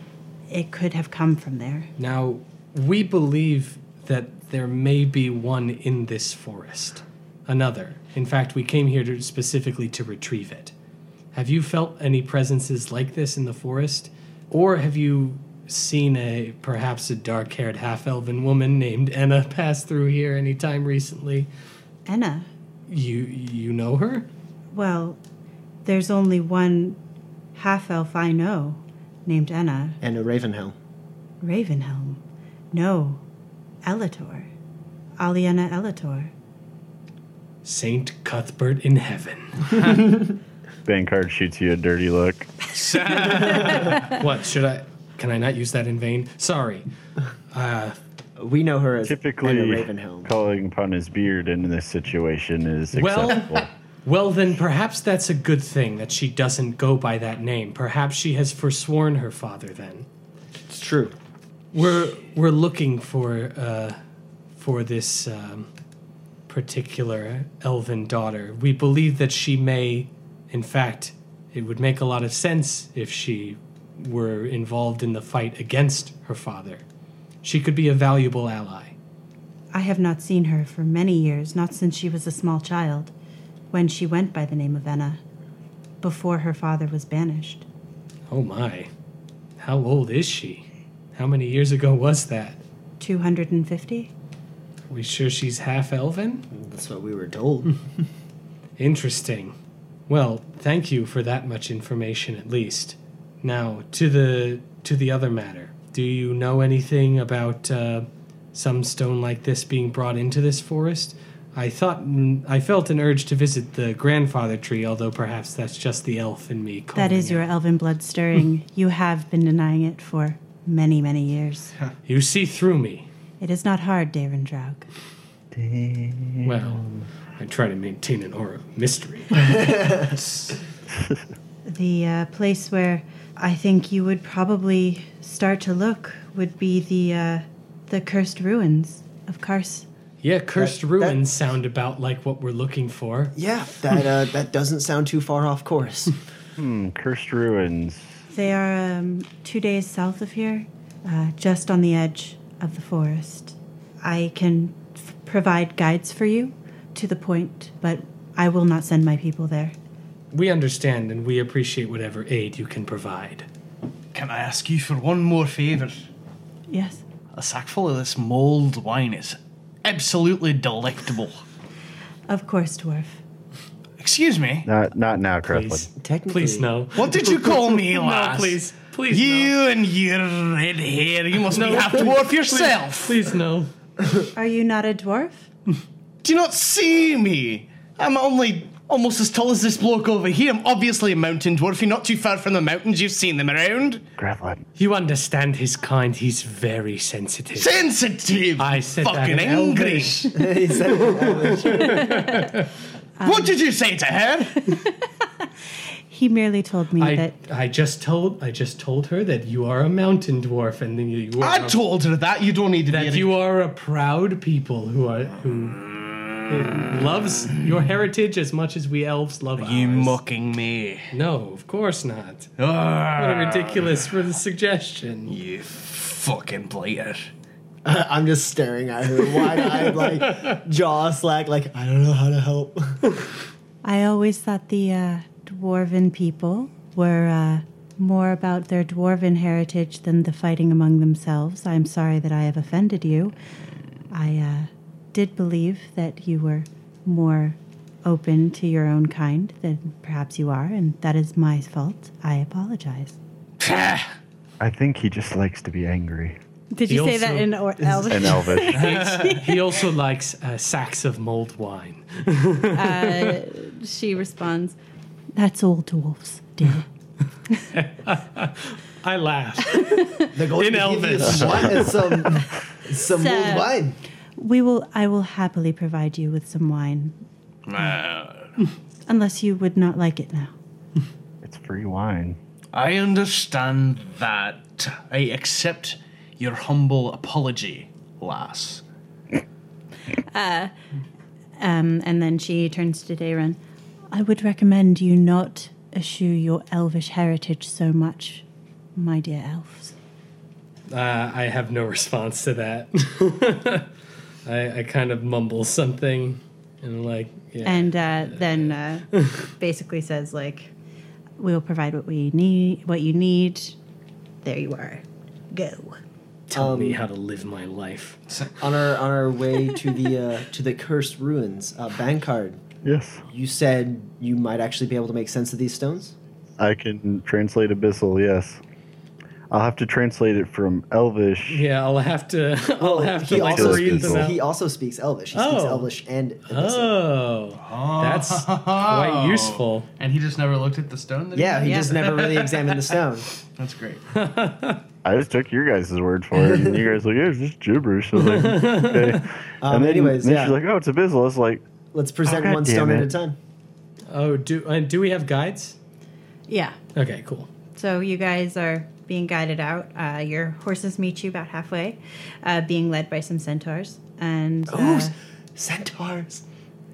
[SPEAKER 1] it could have come from there.
[SPEAKER 6] Now, we believe that there may be one in this forest. Another. In fact, we came here to, specifically to retrieve it. Have you felt any presences like this in the forest? Or have you seen a perhaps a dark haired half elven woman named Enna pass through here any time recently?
[SPEAKER 1] Enna.
[SPEAKER 6] You you know her?
[SPEAKER 1] Well, there's only one half elf I know named Enna.
[SPEAKER 2] and a Ravenhill.
[SPEAKER 1] Ravenhelm. No. Elator. Aliana Elator.
[SPEAKER 6] Saint Cuthbert in heaven.
[SPEAKER 5] Bankard shoots you a dirty look.
[SPEAKER 6] what, should I can I not use that in vain? Sorry.
[SPEAKER 2] We know her as
[SPEAKER 5] Typically,
[SPEAKER 2] Anna Ravenhill.
[SPEAKER 5] calling upon his beard in this situation is
[SPEAKER 6] Well-
[SPEAKER 5] acceptable.
[SPEAKER 6] Well, then perhaps that's a good thing that she doesn't go by that name. Perhaps she has forsworn her father then.
[SPEAKER 2] It's true.
[SPEAKER 6] We're we're looking for uh, for this um, particular elven daughter. We believe that she may, in fact, it would make a lot of sense if she were involved in the fight against her father. She could be a valuable ally.
[SPEAKER 1] I have not seen her for many years, not since she was a small child, when she went by the name of Enna, before her father was banished.
[SPEAKER 6] Oh my, how old is she? How many years ago was that?
[SPEAKER 1] 250?
[SPEAKER 6] Are we sure she's half elven?
[SPEAKER 2] That's what we were told.
[SPEAKER 6] Hmm. Interesting. Well, thank you for that much information at least. Now, to the to the other matter. Do you know anything about uh, some stone like this being brought into this forest? I thought mm, I felt an urge to visit the grandfather tree, although perhaps that's just the elf in me.
[SPEAKER 1] That
[SPEAKER 6] calling
[SPEAKER 1] is your
[SPEAKER 6] out.
[SPEAKER 1] elven blood stirring. you have been denying it for many, many years.
[SPEAKER 6] You see through me.
[SPEAKER 1] It is not hard, Darren Draug.
[SPEAKER 6] Well, I try to maintain an aura of mystery.
[SPEAKER 1] The uh, place where I think you would probably start to look would be the uh, the cursed ruins of Kars.
[SPEAKER 6] Yeah, cursed
[SPEAKER 2] That- that-
[SPEAKER 6] ruins sound about like what we're looking for.
[SPEAKER 2] yeah, that uh, that doesn't sound too far off course.
[SPEAKER 5] Hmm, Cursed ruins.
[SPEAKER 1] They are um, two days south of here, uh, just on the edge of the forest. I can f- provide guides for you to the point, but I will not send my people there.
[SPEAKER 6] We understand and we appreciate whatever aid you can provide.
[SPEAKER 4] Can I ask you for one more favour?
[SPEAKER 1] Yes.
[SPEAKER 4] A sackful of this mulled wine is absolutely delectable.
[SPEAKER 1] Of course, dwarf.
[SPEAKER 4] Excuse me.
[SPEAKER 5] Not not now, Creflin.
[SPEAKER 6] Please,
[SPEAKER 2] Technically,
[SPEAKER 6] please no.
[SPEAKER 4] What did you call me,
[SPEAKER 6] No,
[SPEAKER 4] lass?
[SPEAKER 6] please, please.
[SPEAKER 4] You
[SPEAKER 6] no.
[SPEAKER 4] and your red hair. You must be half dwarf yourself.
[SPEAKER 6] Please no.
[SPEAKER 1] Are you not a dwarf?
[SPEAKER 4] Do you not see me? I'm only almost as tall as this bloke over here. I'm obviously a mountain dwarf. You're not too far from the mountains. You've seen them around.
[SPEAKER 5] Creflin.
[SPEAKER 6] You understand his kind. He's very sensitive.
[SPEAKER 4] Sensitive.
[SPEAKER 6] I said that
[SPEAKER 4] Fucking
[SPEAKER 6] in
[SPEAKER 4] angry.
[SPEAKER 6] Elvish.
[SPEAKER 4] what did you say to her?
[SPEAKER 1] He merely told me
[SPEAKER 6] I,
[SPEAKER 1] that
[SPEAKER 6] I just told I just told her that you are a mountain dwarf and then you are
[SPEAKER 4] I told her that. You don't need to
[SPEAKER 6] that
[SPEAKER 4] be.
[SPEAKER 6] you are a proud people who are who who loves your heritage as much as we elves love
[SPEAKER 4] you
[SPEAKER 6] ours.
[SPEAKER 4] mocking me.
[SPEAKER 6] No, of course not.
[SPEAKER 2] Ah.
[SPEAKER 4] Arrgh,
[SPEAKER 6] What a ridiculous for the suggestion.
[SPEAKER 4] you fucking blighter.
[SPEAKER 2] I'm just staring at her, wide-eyed, like jaw slack, like I don't know how to help.
[SPEAKER 1] I always thought the uh, dwarven people were uh, more about their dwarven heritage than the fighting among themselves. I'm sorry that I have offended you. I uh, did believe that you were more open to your own kind than perhaps you are, and that is my fault. I apologize.
[SPEAKER 5] I think he just likes to be angry.
[SPEAKER 1] Did
[SPEAKER 6] He
[SPEAKER 1] you say that
[SPEAKER 6] also-
[SPEAKER 1] in or- Elvish?
[SPEAKER 5] And Elvish.
[SPEAKER 6] He also likes uh, sacks of mulled wine.
[SPEAKER 1] She responds, "That's all dwarfs, dear."
[SPEAKER 6] I laugh.
[SPEAKER 2] They're going
[SPEAKER 6] In
[SPEAKER 2] to give you
[SPEAKER 6] Elvish.
[SPEAKER 2] some wine- some some
[SPEAKER 1] So-
[SPEAKER 2] mulled wine.
[SPEAKER 1] We will. I will happily provide you with some wine, unless you would not like it now.
[SPEAKER 5] It's free wine.
[SPEAKER 4] I understand that. I accept your humble apology, lass.
[SPEAKER 1] Um, and then she turns to Darren. I would recommend you not eschew your elvish heritage so much, my dear elves.
[SPEAKER 6] Uh, I have no response to that. I, I kind of mumble something and like, yeah.
[SPEAKER 1] And uh, then uh, basically says like, "We will provide what we need. What you need. There you are. Go."
[SPEAKER 2] um,
[SPEAKER 6] tell me how to live my life.
[SPEAKER 2] on our on our way to the uh, to the cursed ruins, uh, Bankard,
[SPEAKER 5] Yes.
[SPEAKER 2] you said you might actually be able to make sense of these stones.
[SPEAKER 5] I can translate abyssal, yes. I'll have to translate it from Elvish.
[SPEAKER 6] Yeah, I'll have to. I'll have to
[SPEAKER 2] he
[SPEAKER 6] like
[SPEAKER 2] also
[SPEAKER 6] read
[SPEAKER 2] speaks,
[SPEAKER 6] them out.
[SPEAKER 2] he also speaks Elvish. He speaks
[SPEAKER 6] Oh.
[SPEAKER 2] Elvish and Abyssal.
[SPEAKER 6] Oh, that's quite useful.
[SPEAKER 4] And he just never looked at the stone. That he
[SPEAKER 2] yeah, he
[SPEAKER 1] Yeah.
[SPEAKER 2] just never really examined the stone.
[SPEAKER 4] That's great.
[SPEAKER 5] I just took your guys' word for it, and you guys were like, yeah, it's just gibberish. I was like, okay. and then,
[SPEAKER 2] anyways,
[SPEAKER 5] then
[SPEAKER 2] yeah.
[SPEAKER 5] she's like, oh, it's abyssal. I was like,
[SPEAKER 2] Let's present
[SPEAKER 5] God
[SPEAKER 2] one stone
[SPEAKER 5] damn
[SPEAKER 2] at
[SPEAKER 5] it.
[SPEAKER 2] a time.
[SPEAKER 6] Oh, do and do we have guides?
[SPEAKER 1] Yeah.
[SPEAKER 6] Okay, cool.
[SPEAKER 1] So you guys are being guided out. Uh, your horses meet you about halfway, uh, being led by some centaurs. And uh,
[SPEAKER 2] Centaurs.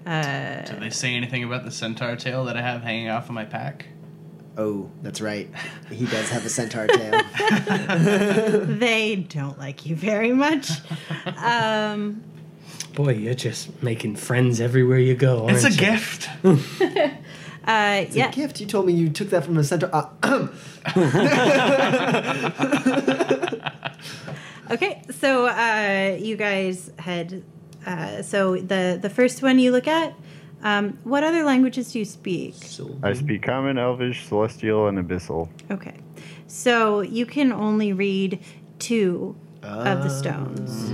[SPEAKER 4] Did they say anything about the centaur tail that I have hanging off of my pack?
[SPEAKER 2] Oh, that's right. He does have a centaur tail.
[SPEAKER 1] they don't like you very much.
[SPEAKER 6] Boy, you're just making friends everywhere you go. Aren't
[SPEAKER 4] It's a
[SPEAKER 6] you?
[SPEAKER 4] gift.
[SPEAKER 1] Uh, yeah.
[SPEAKER 2] Gift. You told me you took that from a centaur. Uh,
[SPEAKER 1] Okay. So uh, you guys had. Uh, so the the first one you look at. Um, what other languages do you speak?
[SPEAKER 5] I speak common, elvish, celestial, and abyssal.
[SPEAKER 1] Okay. So you can only read two of the stones.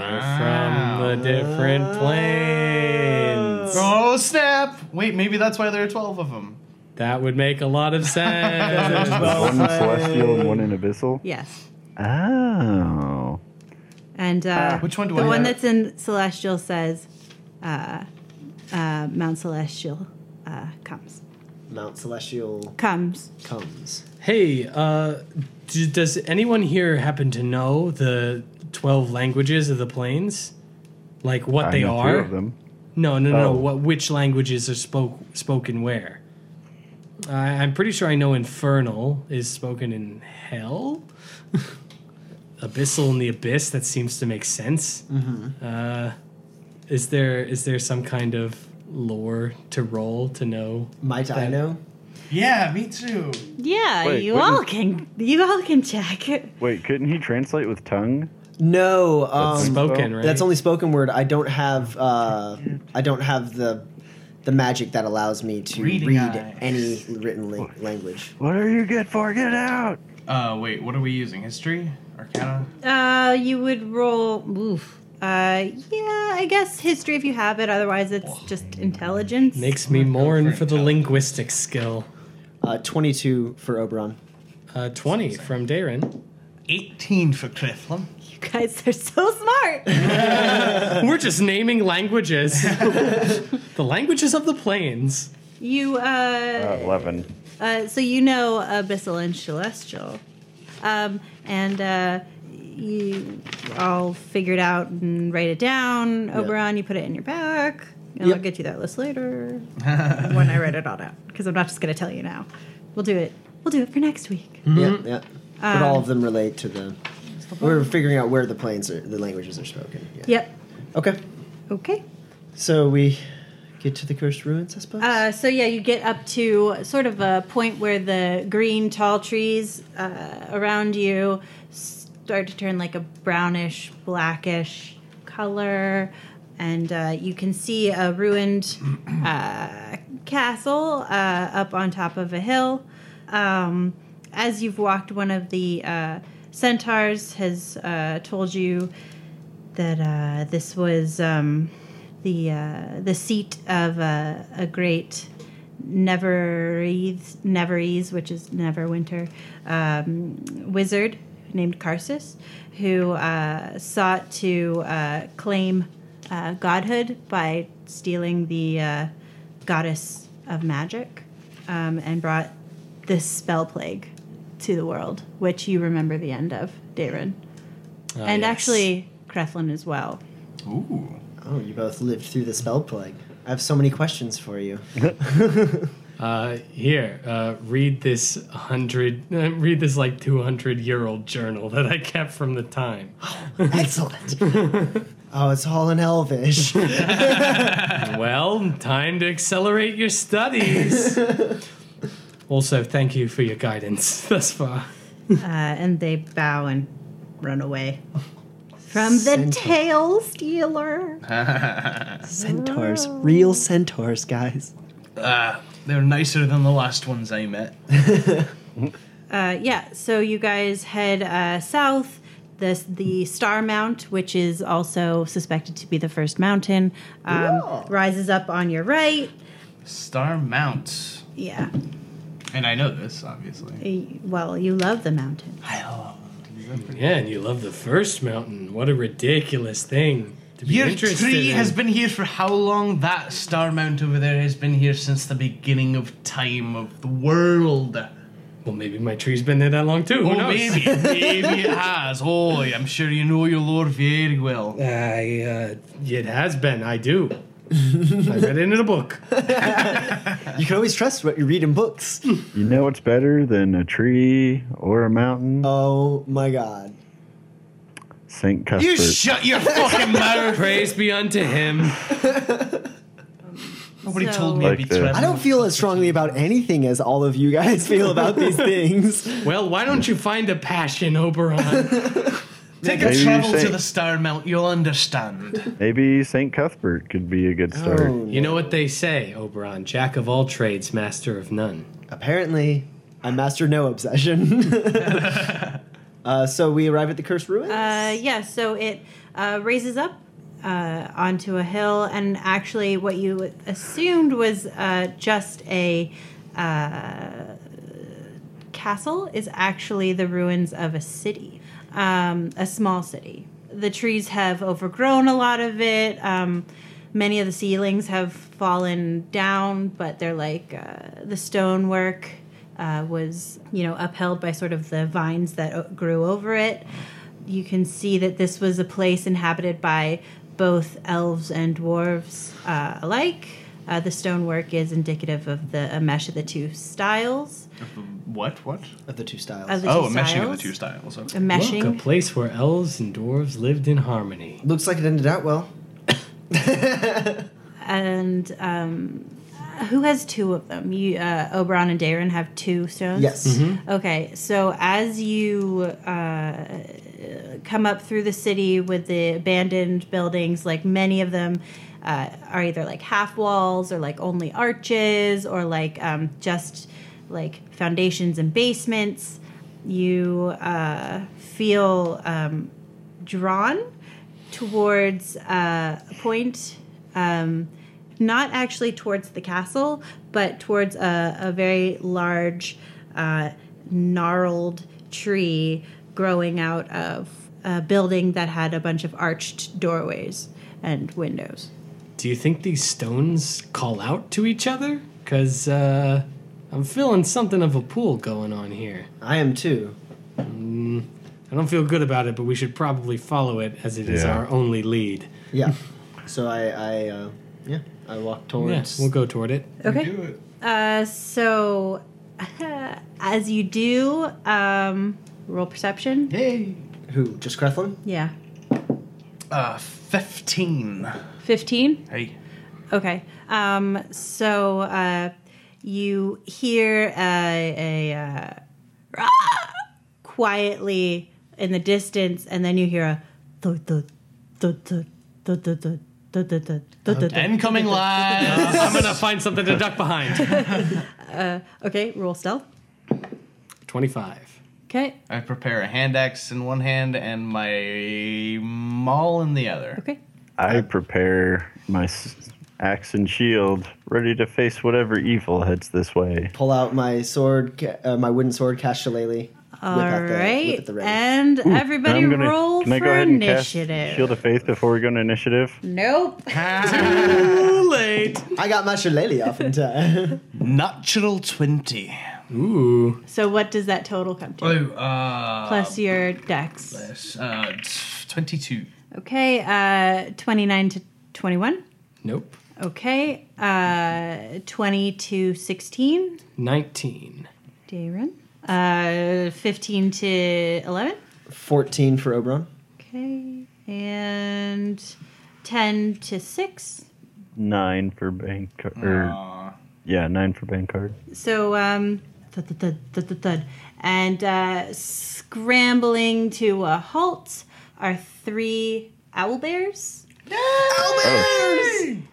[SPEAKER 6] from the different planes.
[SPEAKER 4] Oh snap! Wait, maybe that's why there are twelve of them.
[SPEAKER 6] That would make a lot of sense.
[SPEAKER 5] one in celestial and one in abyssal.
[SPEAKER 1] Yes.
[SPEAKER 5] Oh.
[SPEAKER 1] And uh,
[SPEAKER 4] Ah. Which one do
[SPEAKER 1] the
[SPEAKER 4] I
[SPEAKER 1] one
[SPEAKER 4] have?
[SPEAKER 1] that's in Celestial says, uh, uh, Mount Celestial uh, comes.
[SPEAKER 2] Mount Celestial
[SPEAKER 1] Comes.
[SPEAKER 2] comes.
[SPEAKER 6] hey, uh, d- does anyone here happen to know the twelve languages of the planes? Like what
[SPEAKER 5] I
[SPEAKER 6] they
[SPEAKER 5] know
[SPEAKER 6] are?
[SPEAKER 5] Three of them.
[SPEAKER 6] No, no, no.
[SPEAKER 5] Oh.
[SPEAKER 6] What which languages are spoke spoken where? I, I'm pretty sure I know Infernal is spoken in Hell. Abyssal in the Abyss. That seems to make sense. Uh, is there is there some kind of lore to roll to know?
[SPEAKER 2] Might I know?
[SPEAKER 4] Yeah, me too.
[SPEAKER 1] Yeah,
[SPEAKER 5] Wait,
[SPEAKER 1] you
[SPEAKER 5] wouldn't-
[SPEAKER 1] all can you all can check.
[SPEAKER 5] Wait, couldn't he translate with tongue?
[SPEAKER 2] No. Um,
[SPEAKER 6] Spoken, right?
[SPEAKER 2] That's only spoken word. I don't have. Uh, I don't have the the magic that allows me to
[SPEAKER 4] Reading
[SPEAKER 2] read
[SPEAKER 4] eyes.
[SPEAKER 2] any written la- language.
[SPEAKER 5] What are you good for? Get out!
[SPEAKER 4] Uh, wait, what are we using? History? Arcana?
[SPEAKER 1] Uh, you would roll. Oof. Uh, yeah, I guess history if you have it. Otherwise, it's just intelligence.
[SPEAKER 6] Makes me mourn for the linguistic skill.
[SPEAKER 2] Uh, Twenty two for Oberon.
[SPEAKER 6] Uh, Twenty from Darren.
[SPEAKER 4] 18 for Crithlum.
[SPEAKER 1] You guys are so smart.
[SPEAKER 6] We're just naming languages. the languages of the planes.
[SPEAKER 1] you
[SPEAKER 5] Uh,
[SPEAKER 1] uh,
[SPEAKER 5] Eleven.
[SPEAKER 1] Uh, so you know abyssal and celestial, um, and uh, you all figured out and write it down. Oberon, you put it in your back, and I'll
[SPEAKER 2] Yep.
[SPEAKER 1] get you that list later when I write it all out. Because I'm not just going to tell you now. We'll do it. We'll do it for next week.
[SPEAKER 4] Mm-hmm.
[SPEAKER 2] Yeah, yeah. but all of them relate to the. We're figuring out where the planes are, the languages are spoken. Yeah.
[SPEAKER 1] Yep.
[SPEAKER 2] Okay.
[SPEAKER 1] Okay.
[SPEAKER 2] So we get to the cursed ruins, I suppose.
[SPEAKER 1] Uh, so yeah, you get up to sort of a point where the green tall trees uh, around you start to turn like a brownish, blackish color, and uh, you can see a ruined uh, castle uh, up on top of a hill. Um, as you've walked, one of the uh, centaurs has uh, told you that uh, this was um, the uh, the seat of a, a great Neverese, Neverese, which is Neverwinter, um, wizard named Karsus, who uh, sought to uh, claim uh, godhood by stealing the uh, goddess of magic, um, and brought this spell plague to the world, which you remember the end of, Darren, and
[SPEAKER 6] Uh, Ah, yes.
[SPEAKER 1] actually Krethlin as well.
[SPEAKER 4] Ooh.
[SPEAKER 2] oh, you both lived through the spell plague. I have so many questions for you.
[SPEAKER 6] Uh, here, uh, read this hundred, uh, read this like two hundred year old journal that I kept from the time.
[SPEAKER 9] Excellent. oh, it's all in Elvish.
[SPEAKER 6] Well, time to accelerate your studies. also, thank you for your guidance thus far.
[SPEAKER 1] Uh, and they bow and run away from the tail stealer.
[SPEAKER 9] centaurs, real centaurs, guys.
[SPEAKER 7] They're nicer than the last ones I met.
[SPEAKER 1] Uh, yeah, so you guys head uh, south. This the Star Mount, which is also suspected to be the first mountain, um, rises up on your right.
[SPEAKER 7] Star Mount.
[SPEAKER 1] Yeah.
[SPEAKER 7] And I know this, obviously.
[SPEAKER 1] Y- Well, you love the mountain.
[SPEAKER 6] Yeah, and you love the first mountain. What a ridiculous thing to be
[SPEAKER 7] Year
[SPEAKER 6] interested
[SPEAKER 7] tree
[SPEAKER 6] in.
[SPEAKER 7] has been here for how long? That star mount over there has been here since the beginning of time of the world.
[SPEAKER 6] well, maybe my tree's been there that long too. Who
[SPEAKER 7] Oh,
[SPEAKER 6] knows?
[SPEAKER 7] maybe, maybe it has. Oh, I'm sure you know your lore very well.
[SPEAKER 6] I, uh, it has been. I do. I read it in a book.
[SPEAKER 2] You can always trust what you read in books.
[SPEAKER 6] Hmm.
[SPEAKER 5] You know what's better than a tree or a mountain?
[SPEAKER 2] oh my god.
[SPEAKER 5] St. Cuthbert.
[SPEAKER 7] You shut your fucking mouth.
[SPEAKER 6] Praise be unto him.
[SPEAKER 7] Nobody
[SPEAKER 1] So-
[SPEAKER 7] told me
[SPEAKER 5] Like
[SPEAKER 7] I'd be
[SPEAKER 5] this.
[SPEAKER 7] traveling.
[SPEAKER 2] I don't feel as strongly about anything as all of you guys feel about these things.
[SPEAKER 6] Well, why don't you find a passion, Oberon?
[SPEAKER 7] Take
[SPEAKER 5] Maybe
[SPEAKER 7] a
[SPEAKER 5] you
[SPEAKER 7] travel
[SPEAKER 5] say-
[SPEAKER 7] to the star mount. You'll understand.
[SPEAKER 5] Maybe St. Cuthbert could be a good start.
[SPEAKER 2] Hmm.
[SPEAKER 6] you know what they say, Oberon: Jack of all trades, master of none.
[SPEAKER 2] Apparently, I master no obsession. uh, so we arrive at the cursed ruins.
[SPEAKER 1] Uh, yeah, so it uh, raises up uh, onto a hill, and actually, what you assumed was uh, just a uh, castle is actually the ruins of a city, um, a small city. The trees have overgrown a lot of it. Um, many of the ceilings have fallen down, but they're like uh, the stonework. Uh, was you know upheld by sort of the vines that o- grew over it you can see that this was a place inhabited by both elves and dwarves uh, alike. Uh, the stonework is indicative of the a mesh of the two styles.
[SPEAKER 7] What? What?
[SPEAKER 2] of the two styles.
[SPEAKER 1] Of the
[SPEAKER 7] Oh,
[SPEAKER 1] two
[SPEAKER 7] a meshing of the
[SPEAKER 1] styles.
[SPEAKER 7] two styles. okay.
[SPEAKER 1] A
[SPEAKER 6] Look, a
[SPEAKER 1] meshing.
[SPEAKER 6] place where elves and dwarves lived in harmony.
[SPEAKER 2] Looks like it ended out well.
[SPEAKER 1] And um, who has two of them? You, uh, Oberon and Darren have two stones?
[SPEAKER 2] Yes.
[SPEAKER 6] Mm-hmm.
[SPEAKER 1] Okay, so as you uh, come up through the city with the abandoned buildings, like many of them uh, are either like half walls or like only arches or like um, just like foundations and basements, you uh, feel um, drawn towards uh, a point. Um, not actually towards the castle, but towards a, a very large, uh, gnarled tree growing out of a building that had a bunch of arched doorways and windows.
[SPEAKER 6] Do you think these stones call out to each other? Cause uh, I'm feeling something of a pool going on here.
[SPEAKER 2] I am too.
[SPEAKER 6] I don't feel good about it, but we should probably follow it as it is
[SPEAKER 5] Yeah.
[SPEAKER 6] our only lead.
[SPEAKER 2] Yeah. So I, I uh, yeah, I walk
[SPEAKER 6] Hmm. Yeah,
[SPEAKER 2] towards.
[SPEAKER 6] we'll go toward it.
[SPEAKER 1] Okay. Uh, so, as you do, um, roll perception.
[SPEAKER 7] Hey.
[SPEAKER 2] Who? Just Krethlin?
[SPEAKER 1] Yeah.
[SPEAKER 7] Uh, fifteen.
[SPEAKER 1] 15?
[SPEAKER 7] Hey.
[SPEAKER 1] Okay. Um, so uh, you hear a, a uh, quietly in the distance, and then you hear a thud, thud, thud, thud, thud, thud, thud, thud, thud, thud, thud, thud.
[SPEAKER 7] Incoming live.
[SPEAKER 6] I'm gonna find something to duck behind.
[SPEAKER 1] Okay, roll stealth.
[SPEAKER 6] Twenty-five.
[SPEAKER 1] Okay,
[SPEAKER 7] I prepare a hand axe in one hand and my maul in the other.
[SPEAKER 1] okay.
[SPEAKER 5] I prepare my s- axe and shield, ready to face whatever evil heads this way.
[SPEAKER 2] Pull out my sword, ca- uh, my wooden sword, cast Shillelagh.
[SPEAKER 1] All right,
[SPEAKER 2] ready.
[SPEAKER 1] and everybody
[SPEAKER 5] I'm gonna-
[SPEAKER 1] roll
[SPEAKER 5] can I go
[SPEAKER 1] for
[SPEAKER 5] ahead and cast Shield
[SPEAKER 1] initiative.
[SPEAKER 5] of Faith before we go into initiative?
[SPEAKER 1] Nope.
[SPEAKER 6] Too late.
[SPEAKER 2] I got my Shillelagh off in time.
[SPEAKER 7] Natural 20.
[SPEAKER 6] Ooh.
[SPEAKER 1] So what does that total come
[SPEAKER 7] Oh,
[SPEAKER 1] to?
[SPEAKER 7] uh.
[SPEAKER 1] Plus your dex.
[SPEAKER 7] plus, Uh, t- 22.
[SPEAKER 1] Okay, uh, 29 to 21.
[SPEAKER 6] Nope.
[SPEAKER 1] Okay. Uh, 20 to 16.
[SPEAKER 6] 19.
[SPEAKER 1] Darren. Uh, 15 to 11.
[SPEAKER 9] 14 for Oberon.
[SPEAKER 1] Okay. And 10 to 6.
[SPEAKER 5] Nine for bank card. Or, yeah, nine for bank card.
[SPEAKER 1] So, um, thud, thud, thud, thud, thud, thud. and uh, scrambling to a halt are three owl bears. And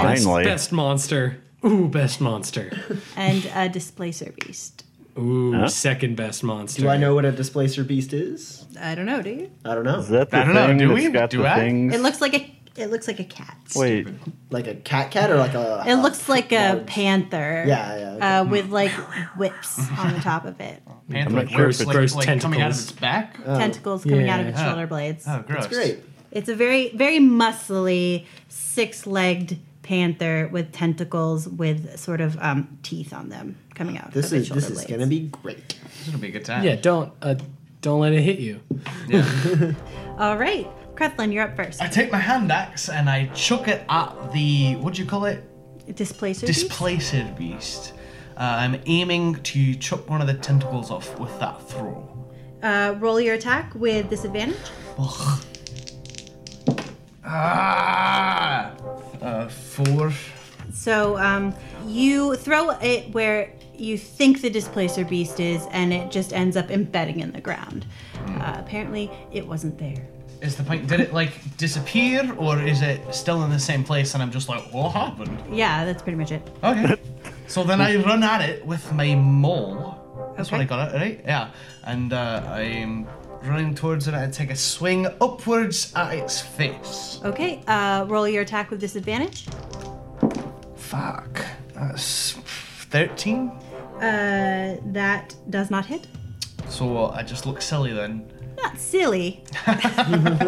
[SPEAKER 5] Oh, Finally.
[SPEAKER 6] Best monster. Ooh, best monster.
[SPEAKER 1] and a displacer beast.
[SPEAKER 6] Ooh, second best monster.
[SPEAKER 9] Do I know what a displacer beast is?
[SPEAKER 1] I don't know, do you?
[SPEAKER 9] I don't know.
[SPEAKER 5] Is that the
[SPEAKER 7] I don't know,
[SPEAKER 5] thing
[SPEAKER 7] do
[SPEAKER 5] that's
[SPEAKER 7] we?
[SPEAKER 5] got
[SPEAKER 7] Do
[SPEAKER 5] the
[SPEAKER 7] I?
[SPEAKER 5] things?
[SPEAKER 1] It looks like a it looks like a cat.
[SPEAKER 5] Wait,
[SPEAKER 9] like a cat cat or like a.
[SPEAKER 1] It looks like a panther.
[SPEAKER 9] Yeah, yeah. okay. Mm-hmm.
[SPEAKER 1] Uh, with like whips on the top of it,
[SPEAKER 7] Panther
[SPEAKER 6] not
[SPEAKER 7] like,
[SPEAKER 6] sure if
[SPEAKER 7] gross,
[SPEAKER 6] it
[SPEAKER 7] like,
[SPEAKER 6] grows
[SPEAKER 7] like coming out of
[SPEAKER 6] tentacles.
[SPEAKER 7] its back.
[SPEAKER 9] Oh,
[SPEAKER 1] tentacles coming out of
[SPEAKER 6] yeah.
[SPEAKER 1] its shoulder blades.
[SPEAKER 7] Oh, gross.
[SPEAKER 9] That's great.
[SPEAKER 1] It's a very, very muscly, six-legged panther with tentacles with sort of um, teeth on them coming out.
[SPEAKER 9] This
[SPEAKER 1] of its
[SPEAKER 9] is
[SPEAKER 1] shoulder
[SPEAKER 9] this is
[SPEAKER 1] blades.
[SPEAKER 9] gonna be great.
[SPEAKER 7] This is gonna be a good time.
[SPEAKER 6] Yeah, don't uh, don't let it hit you.
[SPEAKER 1] All right, Krethlin, you're up first.
[SPEAKER 7] I take my hand axe and I chuck it at the what do you call it?
[SPEAKER 1] Displacer. beast?
[SPEAKER 7] Displacer beast. Uh, I'm aiming to chuck one of the tentacles off with that throw.
[SPEAKER 1] Uh, roll your attack with disadvantage.
[SPEAKER 7] Ugh. Ah! Uh, four.
[SPEAKER 1] So um, you throw it where you think the displacer beast is, and it just ends up embedding in the ground. Uh, apparently, it wasn't there.
[SPEAKER 7] Is the point? Did it like disappear, or is it still in the same place? And I'm just like, what happened?
[SPEAKER 1] Yeah, that's pretty much it.
[SPEAKER 7] Okay. so then I run at it with my maul. That's what I
[SPEAKER 1] Okay.
[SPEAKER 7] got it, right? Yeah. And uh, I'm running towards it. I take a swing upwards at its face.
[SPEAKER 1] Okay, uh, roll your attack with disadvantage.
[SPEAKER 7] Fuck. That's thirteen.
[SPEAKER 1] Uh, that does not hit.
[SPEAKER 7] So I just look silly then.
[SPEAKER 1] Not silly.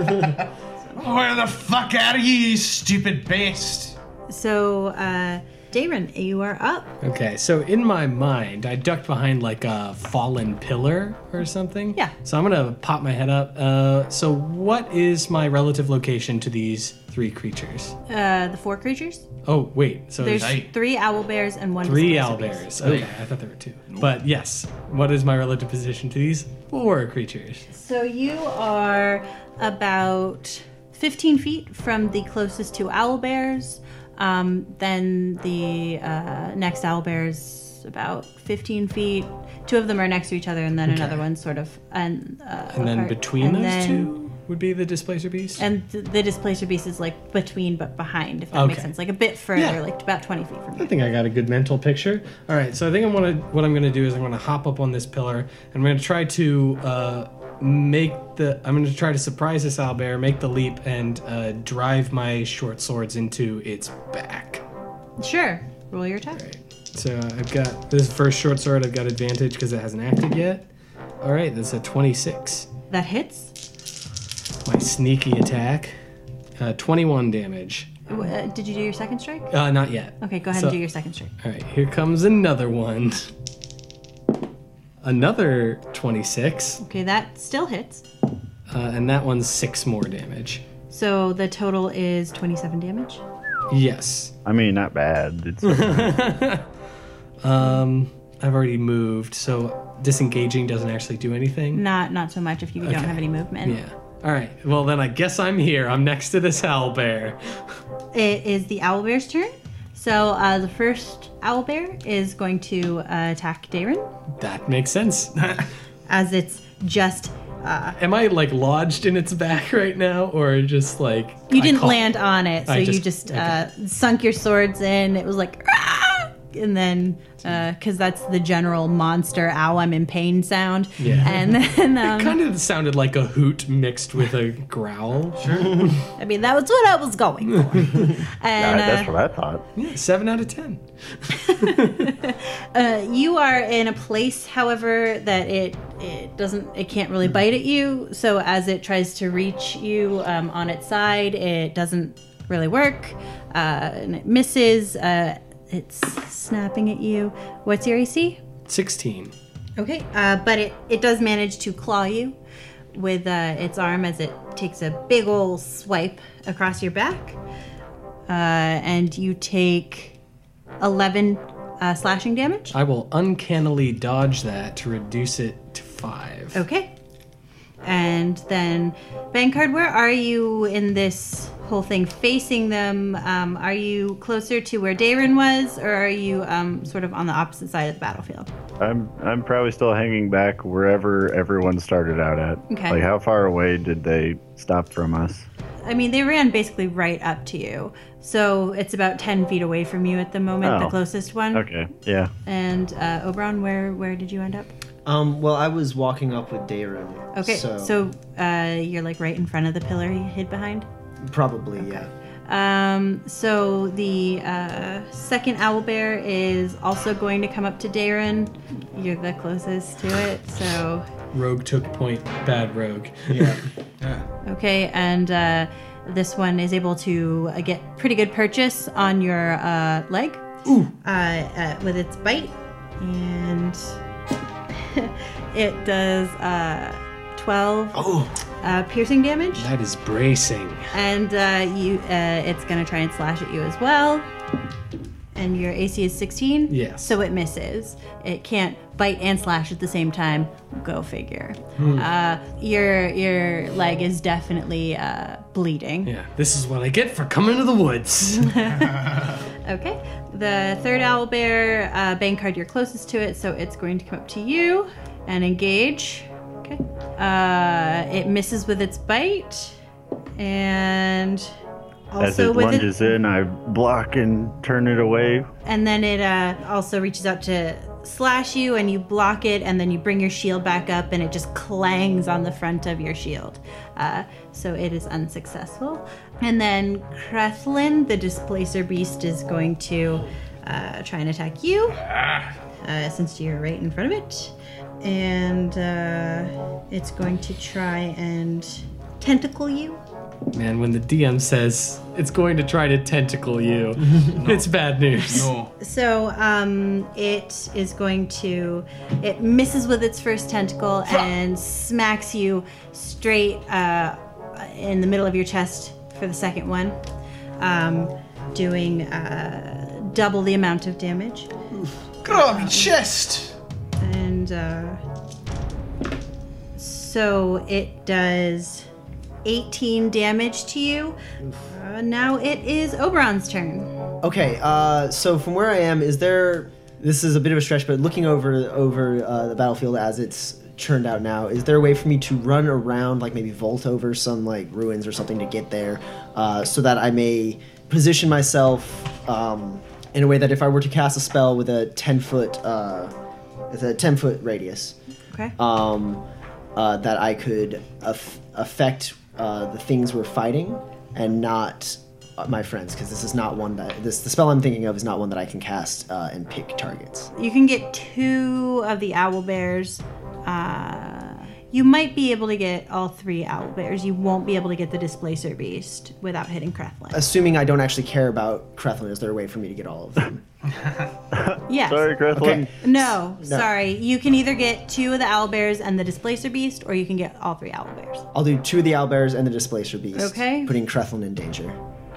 [SPEAKER 7] Where the fuck are you, you stupid beast?
[SPEAKER 1] So, uh, Darren, you are up.
[SPEAKER 6] Okay, so in my mind, I ducked behind like a fallen pillar or something.
[SPEAKER 1] Yeah.
[SPEAKER 6] So I'm gonna pop my head up. Uh, so what is my relative location to these three creatures?
[SPEAKER 1] Uh, the four creatures.
[SPEAKER 6] Oh wait, so
[SPEAKER 1] There's
[SPEAKER 6] there's
[SPEAKER 7] Right.
[SPEAKER 1] three owl bears and one
[SPEAKER 6] three
[SPEAKER 1] displacer beast.
[SPEAKER 6] owlbears. Okay, I thought there were two. But yes, what is my relative position to these four creatures?
[SPEAKER 1] So you are about 15 feet from the closest two owl bears. Um, then the uh, next owl bears about 15 feet. Two of them are next to each other, and then another one's sort of and uh,
[SPEAKER 6] And then
[SPEAKER 1] apart.
[SPEAKER 6] between
[SPEAKER 1] And
[SPEAKER 6] those
[SPEAKER 1] then-
[SPEAKER 6] two would be the displacer beast.
[SPEAKER 1] And th- the displacer beast is like between but behind, if that makes
[SPEAKER 6] Okay.
[SPEAKER 1] sense. Like a bit further,
[SPEAKER 6] Yeah.
[SPEAKER 1] like about 20 feet from
[SPEAKER 6] I
[SPEAKER 1] you.
[SPEAKER 6] think I got a good mental picture. All right, so I think I'm gonna what I'm gonna do is I'm gonna hop up on this pillar and I'm gonna try to uh, make the I'm gonna try to surprise this owlbear, make the leap, and uh, drive my short swords into its back.
[SPEAKER 1] Sure. Roll your attack.
[SPEAKER 6] So I've got this first short sword. I've got advantage because it hasn't acted yet. All right, that's a 26.
[SPEAKER 1] That hits.
[SPEAKER 6] My sneaky attack, uh, 21 damage.
[SPEAKER 1] Uh, did you do your second strike?
[SPEAKER 6] Uh, not yet.
[SPEAKER 1] Okay, go ahead
[SPEAKER 6] So-
[SPEAKER 1] and do your second strike.
[SPEAKER 6] All right, here comes another one. Another 26,
[SPEAKER 1] Okay, that still hits.
[SPEAKER 6] uh, and that one's six more damage.
[SPEAKER 1] So the total is 27 damage.
[SPEAKER 6] Yes.
[SPEAKER 5] I mean, not bad. It's
[SPEAKER 6] Um, I've already moved, so disengaging doesn't actually do anything.
[SPEAKER 1] Not not so much if you don't have any movement.
[SPEAKER 6] Yeah. All right. Well, then I guess I'm here. I'm next to this owl bear.
[SPEAKER 1] It is the owl bear's turn. So uh, the first owl bear is going to uh, attack Darren
[SPEAKER 6] That makes sense.
[SPEAKER 1] as it's just
[SPEAKER 6] Am I like lodged in its back right now, or just like
[SPEAKER 1] you
[SPEAKER 6] I
[SPEAKER 1] didn't
[SPEAKER 6] caught-
[SPEAKER 1] land on it, so
[SPEAKER 6] I
[SPEAKER 1] you
[SPEAKER 6] just-
[SPEAKER 1] just uh, sunk your swords in. It was like. "Ah!" And then, because that's the general monster "ow, I'm in pain" sound,
[SPEAKER 6] Yeah.
[SPEAKER 1] and then um,
[SPEAKER 6] Kind of sounded like a hoot mixed with a growl.
[SPEAKER 1] I mean that was what I was going for. and uh,
[SPEAKER 5] that's what I thought.
[SPEAKER 6] Seven out of ten.
[SPEAKER 1] Uh, you are in a place however that it it doesn't it can't really bite at you so as it tries to reach you um, on its side it doesn't really work uh, and it misses uh, it's snapping at you what's your ac
[SPEAKER 6] 16.
[SPEAKER 1] okay uh, but it it does manage to claw you with uh, its arm as it takes a big ol' swipe across your back uh, and you take 11 uh, slashing damage.
[SPEAKER 6] I will uncannily dodge that to reduce it to five.
[SPEAKER 1] Okay. And then, Bankard, where are you in this whole thing? Facing them? Um, are you closer to where Darin was, or are you um, sort of on the opposite side of the battlefield?
[SPEAKER 5] I'm I'm probably still hanging back wherever everyone started out at.
[SPEAKER 1] Okay.
[SPEAKER 5] Like how far away did they stop from us?
[SPEAKER 1] I mean, they ran basically right up to you. So it's about 10 feet away from you at the moment, the
[SPEAKER 5] Oh.
[SPEAKER 1] closest one.
[SPEAKER 5] Okay. Yeah.
[SPEAKER 1] And uh, Oberon, where, where did you end up?
[SPEAKER 2] Um, well, I was walking up with Dayrim.
[SPEAKER 1] Okay, so,
[SPEAKER 2] so,
[SPEAKER 1] uh, you're like right in front of the pillar you hid behind.
[SPEAKER 2] probably yeah.
[SPEAKER 1] Um, so the uh, second owl bear is also going to come up to Darren. You're the closest to it, so
[SPEAKER 6] Rogue took point. Bad rogue.
[SPEAKER 1] okay. And uh, this one is able to uh, get pretty good purchase on your uh, leg Uh, uh, with its bite, and it does uh, 12
[SPEAKER 6] Oh.
[SPEAKER 1] uh, piercing damage.
[SPEAKER 6] that is bracing.
[SPEAKER 1] and uh, you uh, it's gonna try and slash at you as well and your ac is 16
[SPEAKER 6] Yes.
[SPEAKER 1] so it misses it can't bite and slash at the same time go figure uh, your your leg is definitely uh, bleeding
[SPEAKER 6] Yeah. This is what I get for coming to the woods.
[SPEAKER 1] okay the third owl bear uh, bank card you're closest to it so it's going to come up to you and engage okay uh, it misses with its bite and also
[SPEAKER 5] As it
[SPEAKER 1] with its-
[SPEAKER 5] lunges in, I block and turn it away.
[SPEAKER 1] and then it uh, also reaches out to slash you and you block it and then you bring your shield back up and it just clangs on the front of your shield uh, so it is unsuccessful and then krethlin the displacer beast is going to uh, try and attack you uh, since you're right in front of it and uh, it's going to try and tentacle you
[SPEAKER 6] Man, when the DM says it's going to try to tentacle you, it's bad news.
[SPEAKER 7] No.
[SPEAKER 1] So um, it is going to. It misses with its first tentacle and smacks you straight uh, in the middle of your chest for the second one, um, doing uh, double the amount of damage.
[SPEAKER 7] Grab chest!
[SPEAKER 1] And uh, so it does 18 damage to you. Uh, now it is Oberon's turn.
[SPEAKER 2] Okay, uh, so from where I am, is there? This is a bit of a stretch, but looking over over uh, the battlefield as it's churned out now, is there a way for me to run around, like maybe vault over some like ruins or something to get there, uh, so that I may position myself um, in a way that if I were to cast a spell with a ten foot uh, with a ten foot radius,
[SPEAKER 1] Okay.
[SPEAKER 2] um, uh, that I could aff affect uh, the things we're fighting and not uh, my friends because this is not one that this the spell I'm thinking of is not one that I can cast uh, and pick targets.
[SPEAKER 1] You can get two of the owl bears. Uh, you might be able to get all three owl bears. You won't be able to get the displacer beast without hitting Krethlin.
[SPEAKER 2] Assuming I don't actually care about Krethlin, is there a way for me to get all of them?
[SPEAKER 1] Yes.
[SPEAKER 5] Sorry, Grethlin.
[SPEAKER 2] Okay.
[SPEAKER 1] No, sorry. You can either get two of the owl bears and the displacer beast, or you can get all three owl bears.
[SPEAKER 2] I'll do two of the owlbears and the displacer beast.
[SPEAKER 1] Okay.
[SPEAKER 2] Putting Krethlin in danger.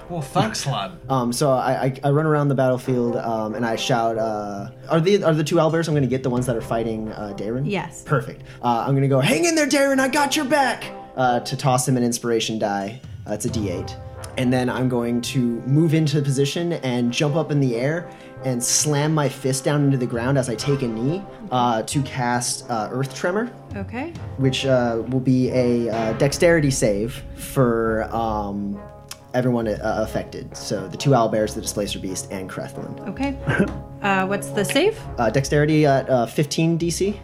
[SPEAKER 7] Well, thanks, lad.
[SPEAKER 2] Um, so I, I, I run around the battlefield um, and I shout, uh, "Are the are the two owlbears? I'm going to get the ones that are fighting uh, Darren."
[SPEAKER 1] Yes.
[SPEAKER 2] Perfect. Uh, I'm going to go, "Hang in there, Darren! I got your back!" Uh, to toss him an inspiration die. Uh, it's a D8, and then I'm going to move into position and jump up in the air and slam my fist down into the ground as I take a knee uh, to cast uh, Earth Tremor
[SPEAKER 1] Okay.
[SPEAKER 2] which uh, will be a uh, dexterity save for um, everyone uh, affected. So the two owlbears, the displacer beast, and Krethlin.
[SPEAKER 1] Okay. Uh, what's the save?
[SPEAKER 2] Uh, dexterity at uh, 15 DC.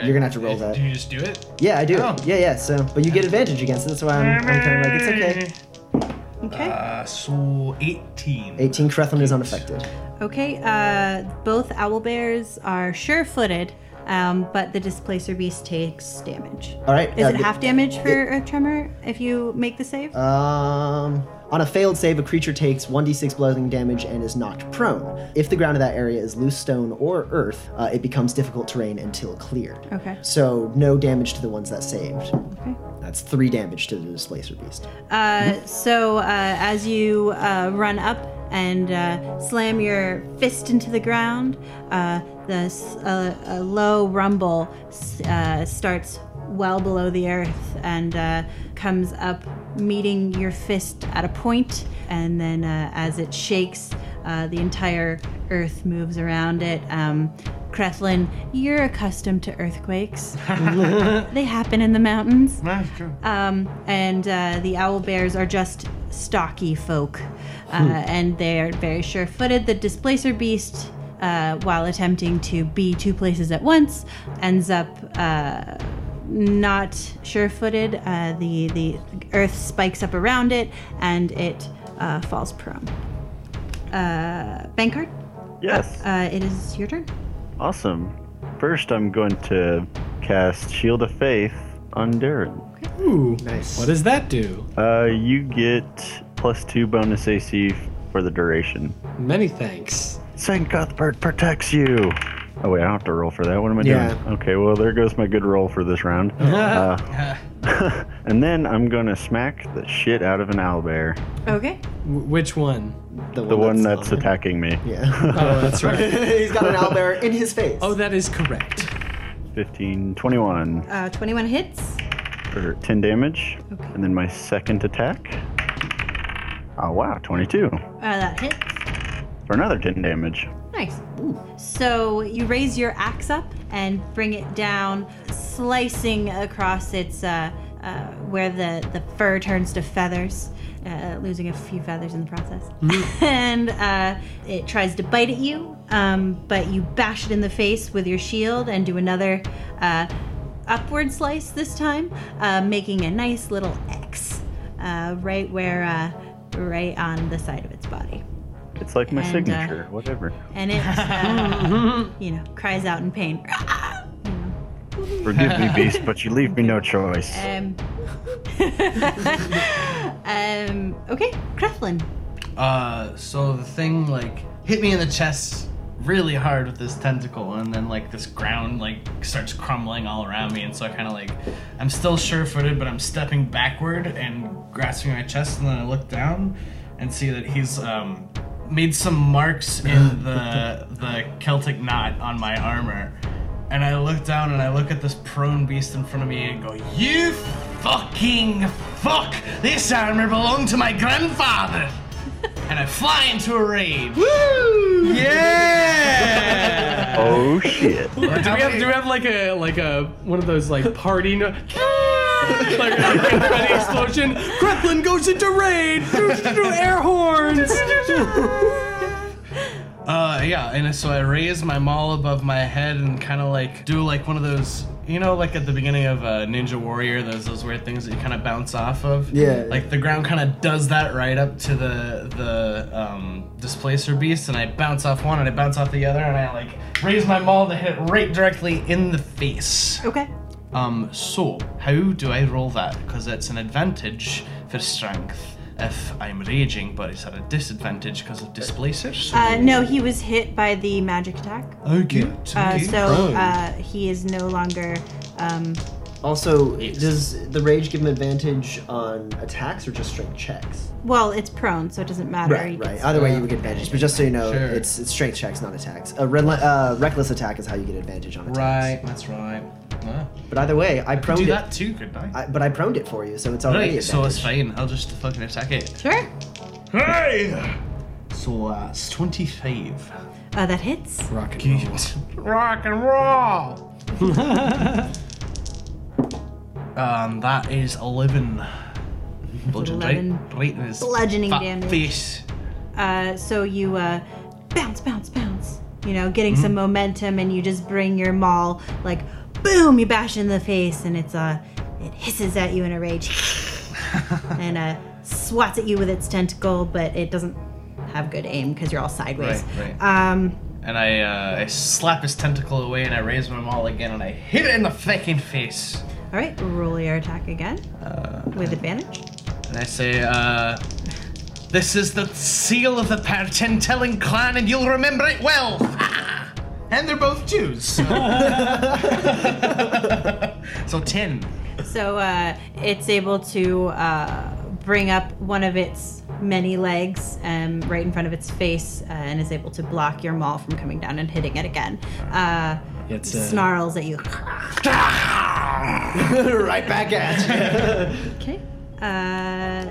[SPEAKER 2] You're gonna have to roll that.
[SPEAKER 7] Do you just do it?
[SPEAKER 2] Yeah, I do.
[SPEAKER 7] Oh.
[SPEAKER 2] Yeah, yeah. So, but you get advantage against it. That's why I'm, I'm kind of like, it's okay.
[SPEAKER 1] Okay.
[SPEAKER 7] Uh, so 18.
[SPEAKER 2] 18 Krethlin is unaffected.
[SPEAKER 1] Okay, uh, both owl bears are sure footed, um, but the displacer beast takes damage.
[SPEAKER 2] All right.
[SPEAKER 1] Is
[SPEAKER 2] uh,
[SPEAKER 1] it
[SPEAKER 2] the-
[SPEAKER 1] half damage for a tremor if you make the save?
[SPEAKER 2] Um, on a failed save, a creature takes 1d6 bludgeoning damage and is knocked prone. If the ground of that area is loose stone or earth, uh, it becomes difficult terrain until cleared.
[SPEAKER 1] okay.
[SPEAKER 2] So no damage to the ones that saved.
[SPEAKER 1] Okay.
[SPEAKER 9] That's three damage to the displacer beast.
[SPEAKER 1] Uh, so uh, as you uh, run up and uh, slam your fist into the ground, uh, the s- uh, a low rumble s- uh, starts well below the earth and uh, comes up, meeting your fist at a point, and then uh, as it shakes, uh, the entire earth moves around it. Um, Krethlin, you're accustomed to earthquakes. they happen in the mountains. Um, and uh, the owl bears are just stocky folk, uh, and they're very sure-footed. The displacer beast, uh, while attempting to be two places at once, ends up uh, not sure-footed. Uh, the the earth spikes up around it, and it uh, falls prone. Uh, Bankard,
[SPEAKER 5] Yes.
[SPEAKER 1] uh, it is your turn.
[SPEAKER 5] Awesome. First, I'm going to cast Shield of Faith on Darren.
[SPEAKER 6] Ooh.
[SPEAKER 9] Nice.
[SPEAKER 6] What does that do?
[SPEAKER 5] Uh, you get plus two bonus AC for the duration.
[SPEAKER 6] Many thanks.
[SPEAKER 5] Saint Cuthbert protects you. Oh wait, I don't have to roll for that. What am I doing?
[SPEAKER 9] Yeah.
[SPEAKER 5] Okay, well there goes my good roll for this round. Uh-huh. Uh, and then I'm gonna smack the shit out of an owlbear.
[SPEAKER 1] Okay.
[SPEAKER 6] W- which one?
[SPEAKER 2] Oh,
[SPEAKER 5] The one that's
[SPEAKER 9] on it.
[SPEAKER 5] attacking me.
[SPEAKER 9] Yeah.
[SPEAKER 5] Uh,
[SPEAKER 6] Oh, that's right.
[SPEAKER 9] He's got an owlbear in his face.
[SPEAKER 6] Oh, that is correct.
[SPEAKER 5] 15, 21,
[SPEAKER 1] Uh, Twenty-one hits.
[SPEAKER 5] or 10 damage. And then my second attack. Oh wow, 22.
[SPEAKER 1] Uh, that hits.
[SPEAKER 5] For another 10 damage.
[SPEAKER 1] Nice. So you raise your axe up and bring it down, slicing across its uh, uh, where the the fur turns to feathers, uh, losing a few feathers in the process. and uh, it tries to bite at you, um, but you bash it in the face with your shield and do another uh, upward slice this time, uh, making a nice little X uh, right where uh, right on the side of its body
[SPEAKER 5] It's like my
[SPEAKER 1] And, uh,
[SPEAKER 5] signature, whatever.
[SPEAKER 1] and it, uh, you know, cries out in pain.
[SPEAKER 5] Forgive me, beast, but you leave me no choice.
[SPEAKER 1] um, um, okay, Creflin.
[SPEAKER 7] Uh, so the thing like hit me in the chest really hard with this tentacle, and then like this ground like starts crumbling all around me, and so I kind of like I'm still sure-footed, but I'm stepping backward and grasping my chest, and then I look down and see that he's um, made some marks in the the Celtic knot on my armor. And I look down and I look at this prone beast in front of me and go, You fucking fuck! This armor belonged to my grandfather! and I fly into a rage.
[SPEAKER 6] Yeah.
[SPEAKER 5] Oh shit.
[SPEAKER 6] do we have do we have like a like a one of those like party no- like, like a confetti explosion? Kreplin goes into raid. Do, do, do, air horns.
[SPEAKER 7] Uh, yeah, and so I raise my maul above my head and kind of like do like one of those, you know, like at the beginning of uh, Ninja Warrior, those those weird things that you kind of bounce off of.
[SPEAKER 9] Yeah.
[SPEAKER 7] Like the ground kind of does that right up to the the um, displacer beast, and I bounce off one and I bounce off the other, and I like raise my maul to hit it right directly in the face.
[SPEAKER 1] Okay.
[SPEAKER 7] Um, so how do I roll that? Because it's an advantage for strength if I'm raging, but it's at a disadvantage because of displacers.
[SPEAKER 1] Uh, no, he was hit by the magic attack,
[SPEAKER 7] Okay.
[SPEAKER 1] uh, so uh, he is no longer. Um,
[SPEAKER 9] Also, does the rage give him advantage on attacks or just strength checks?
[SPEAKER 1] well, it's prone, so it doesn't matter. You
[SPEAKER 9] Right,
[SPEAKER 1] can
[SPEAKER 9] right. Either way, you would get advantage. But just so you know,
[SPEAKER 7] Sure.
[SPEAKER 9] it's, it's strength checks, not attacks. A red, uh, reckless attack is how you get advantage on attacks.
[SPEAKER 7] Right, that's right. Yeah.
[SPEAKER 9] But either way, I
[SPEAKER 7] Do
[SPEAKER 9] proned
[SPEAKER 7] that
[SPEAKER 9] it.
[SPEAKER 7] too, could I?
[SPEAKER 9] I, but I proned it for you, so it's already
[SPEAKER 7] Right, so it's
[SPEAKER 9] advantage.
[SPEAKER 7] fine. I'll just fucking attack it.
[SPEAKER 1] Sure.
[SPEAKER 7] Hey! So uh, it's 25.
[SPEAKER 1] Uh, that hits.
[SPEAKER 6] Rocket roll.
[SPEAKER 7] Rock and roll! um, that is 11. Bludgeon, right?
[SPEAKER 1] 11
[SPEAKER 7] Right in his
[SPEAKER 1] bludgeoning
[SPEAKER 7] fat
[SPEAKER 1] damage.
[SPEAKER 7] face.
[SPEAKER 1] Uh, so you uh, bounce, bounce, bounce. You know, getting some momentum, and you just bring your maul like, boom! You bash it in the face, and it's uh, it hisses at you in a rage, and uh, swats at you with its tentacle, but it doesn't have good aim because you're all sideways.
[SPEAKER 7] Right,
[SPEAKER 1] Um,
[SPEAKER 7] And I, uh, I slap his tentacle away and I raise my maul again and I hit it in the fucking face.
[SPEAKER 1] all right, roll your attack again with advantage.
[SPEAKER 7] And I say, uh, this is the seal of the Pertentelling clan, and you'll remember it well. Ah! and they're both Jews. So, so ten.
[SPEAKER 1] So uh, it's able to uh, bring up one of its many legs um, right in front of its face uh, and is able to block your maul from coming down and hitting it again. Uh,
[SPEAKER 6] It's uh,
[SPEAKER 1] snarls at you.
[SPEAKER 2] right back at
[SPEAKER 1] Okay. Uh,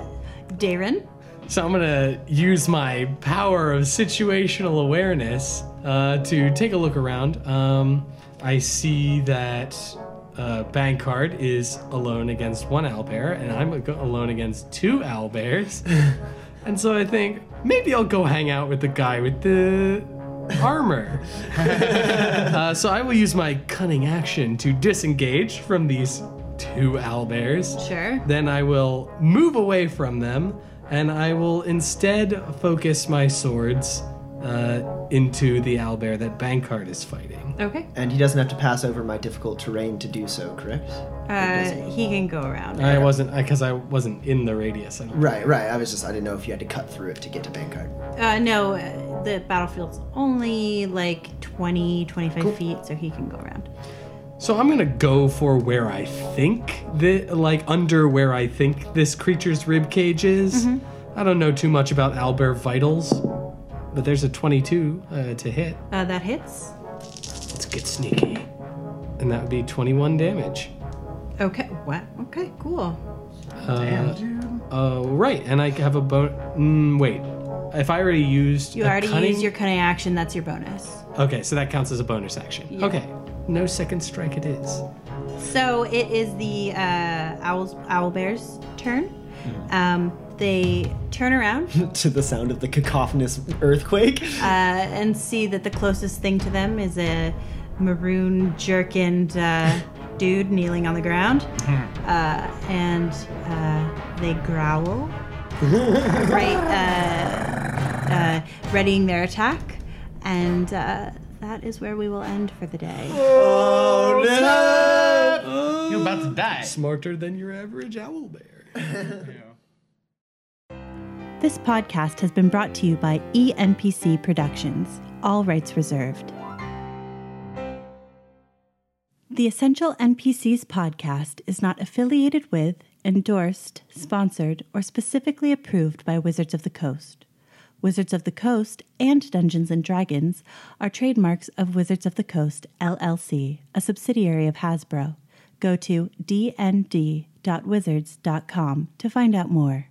[SPEAKER 1] Darren.
[SPEAKER 6] So I'm gonna use my power of situational awareness uh, to take a look around. Um, I see that uh, Bankard is alone against one owlbear, and I'm ag- alone against two owlbears. and so I think maybe I'll go hang out with the guy with the armor. uh, so I will use my cunning action to disengage from these two owlbears.
[SPEAKER 1] Sure.
[SPEAKER 6] Then I will move away from them, and I will instead focus my swords uh, into the owlbear that Bankard is fighting.
[SPEAKER 1] Okay.
[SPEAKER 9] And he doesn't have to pass over my difficult terrain to do so, correct?
[SPEAKER 1] Uh, he can go around.
[SPEAKER 6] I wasn't because I wasn't in the radius. I don't
[SPEAKER 9] Right, right. I was just, I didn't know if you had to cut through it to get to Bankard.
[SPEAKER 1] Uh, no, uh, the battlefield's only like 20, 25 feet, so he can go around.
[SPEAKER 6] So I'm gonna go for where I think the like under where I think this creature's rib cage is. I don't know too much about owlbear vitals, but there's a 22 uh, to hit.
[SPEAKER 1] Uh, that hits.
[SPEAKER 6] Let's get sneaky, and that would be 21 damage.
[SPEAKER 1] Okay. What? Okay, cool.
[SPEAKER 6] Oh, right. And I have a bon. Mm, wait. If I already used.
[SPEAKER 1] You
[SPEAKER 6] a
[SPEAKER 1] already
[SPEAKER 6] cunning-
[SPEAKER 1] used your cunning action, that's your bonus.
[SPEAKER 6] Okay, so that counts as a bonus action. Okay. No second strike, it is.
[SPEAKER 1] So it is the uh, owls, owl bear's turn. Um, they turn around
[SPEAKER 9] to the sound of the cacophonous earthquake.
[SPEAKER 1] uh, and see that the closest thing to them is a maroon jerkined uh, dude kneeling on the ground, uh, and uh, they growl, right, uh, uh, readying their attack, and uh, that is where we will end for the day.
[SPEAKER 7] You're about to die.
[SPEAKER 6] Smarter than your average owl bear.
[SPEAKER 3] This podcast has been brought to you by E ENPC Productions, all rights reserved. The Essential NPCs podcast is not affiliated with, endorsed, sponsored, or specifically approved by Wizards of the Coast. Wizards of the Coast and Dungeons and Dragons are trademarks of Wizards of the Coast LLC, a subsidiary of Hasbro. Go to dnd.wizards.com to find out more.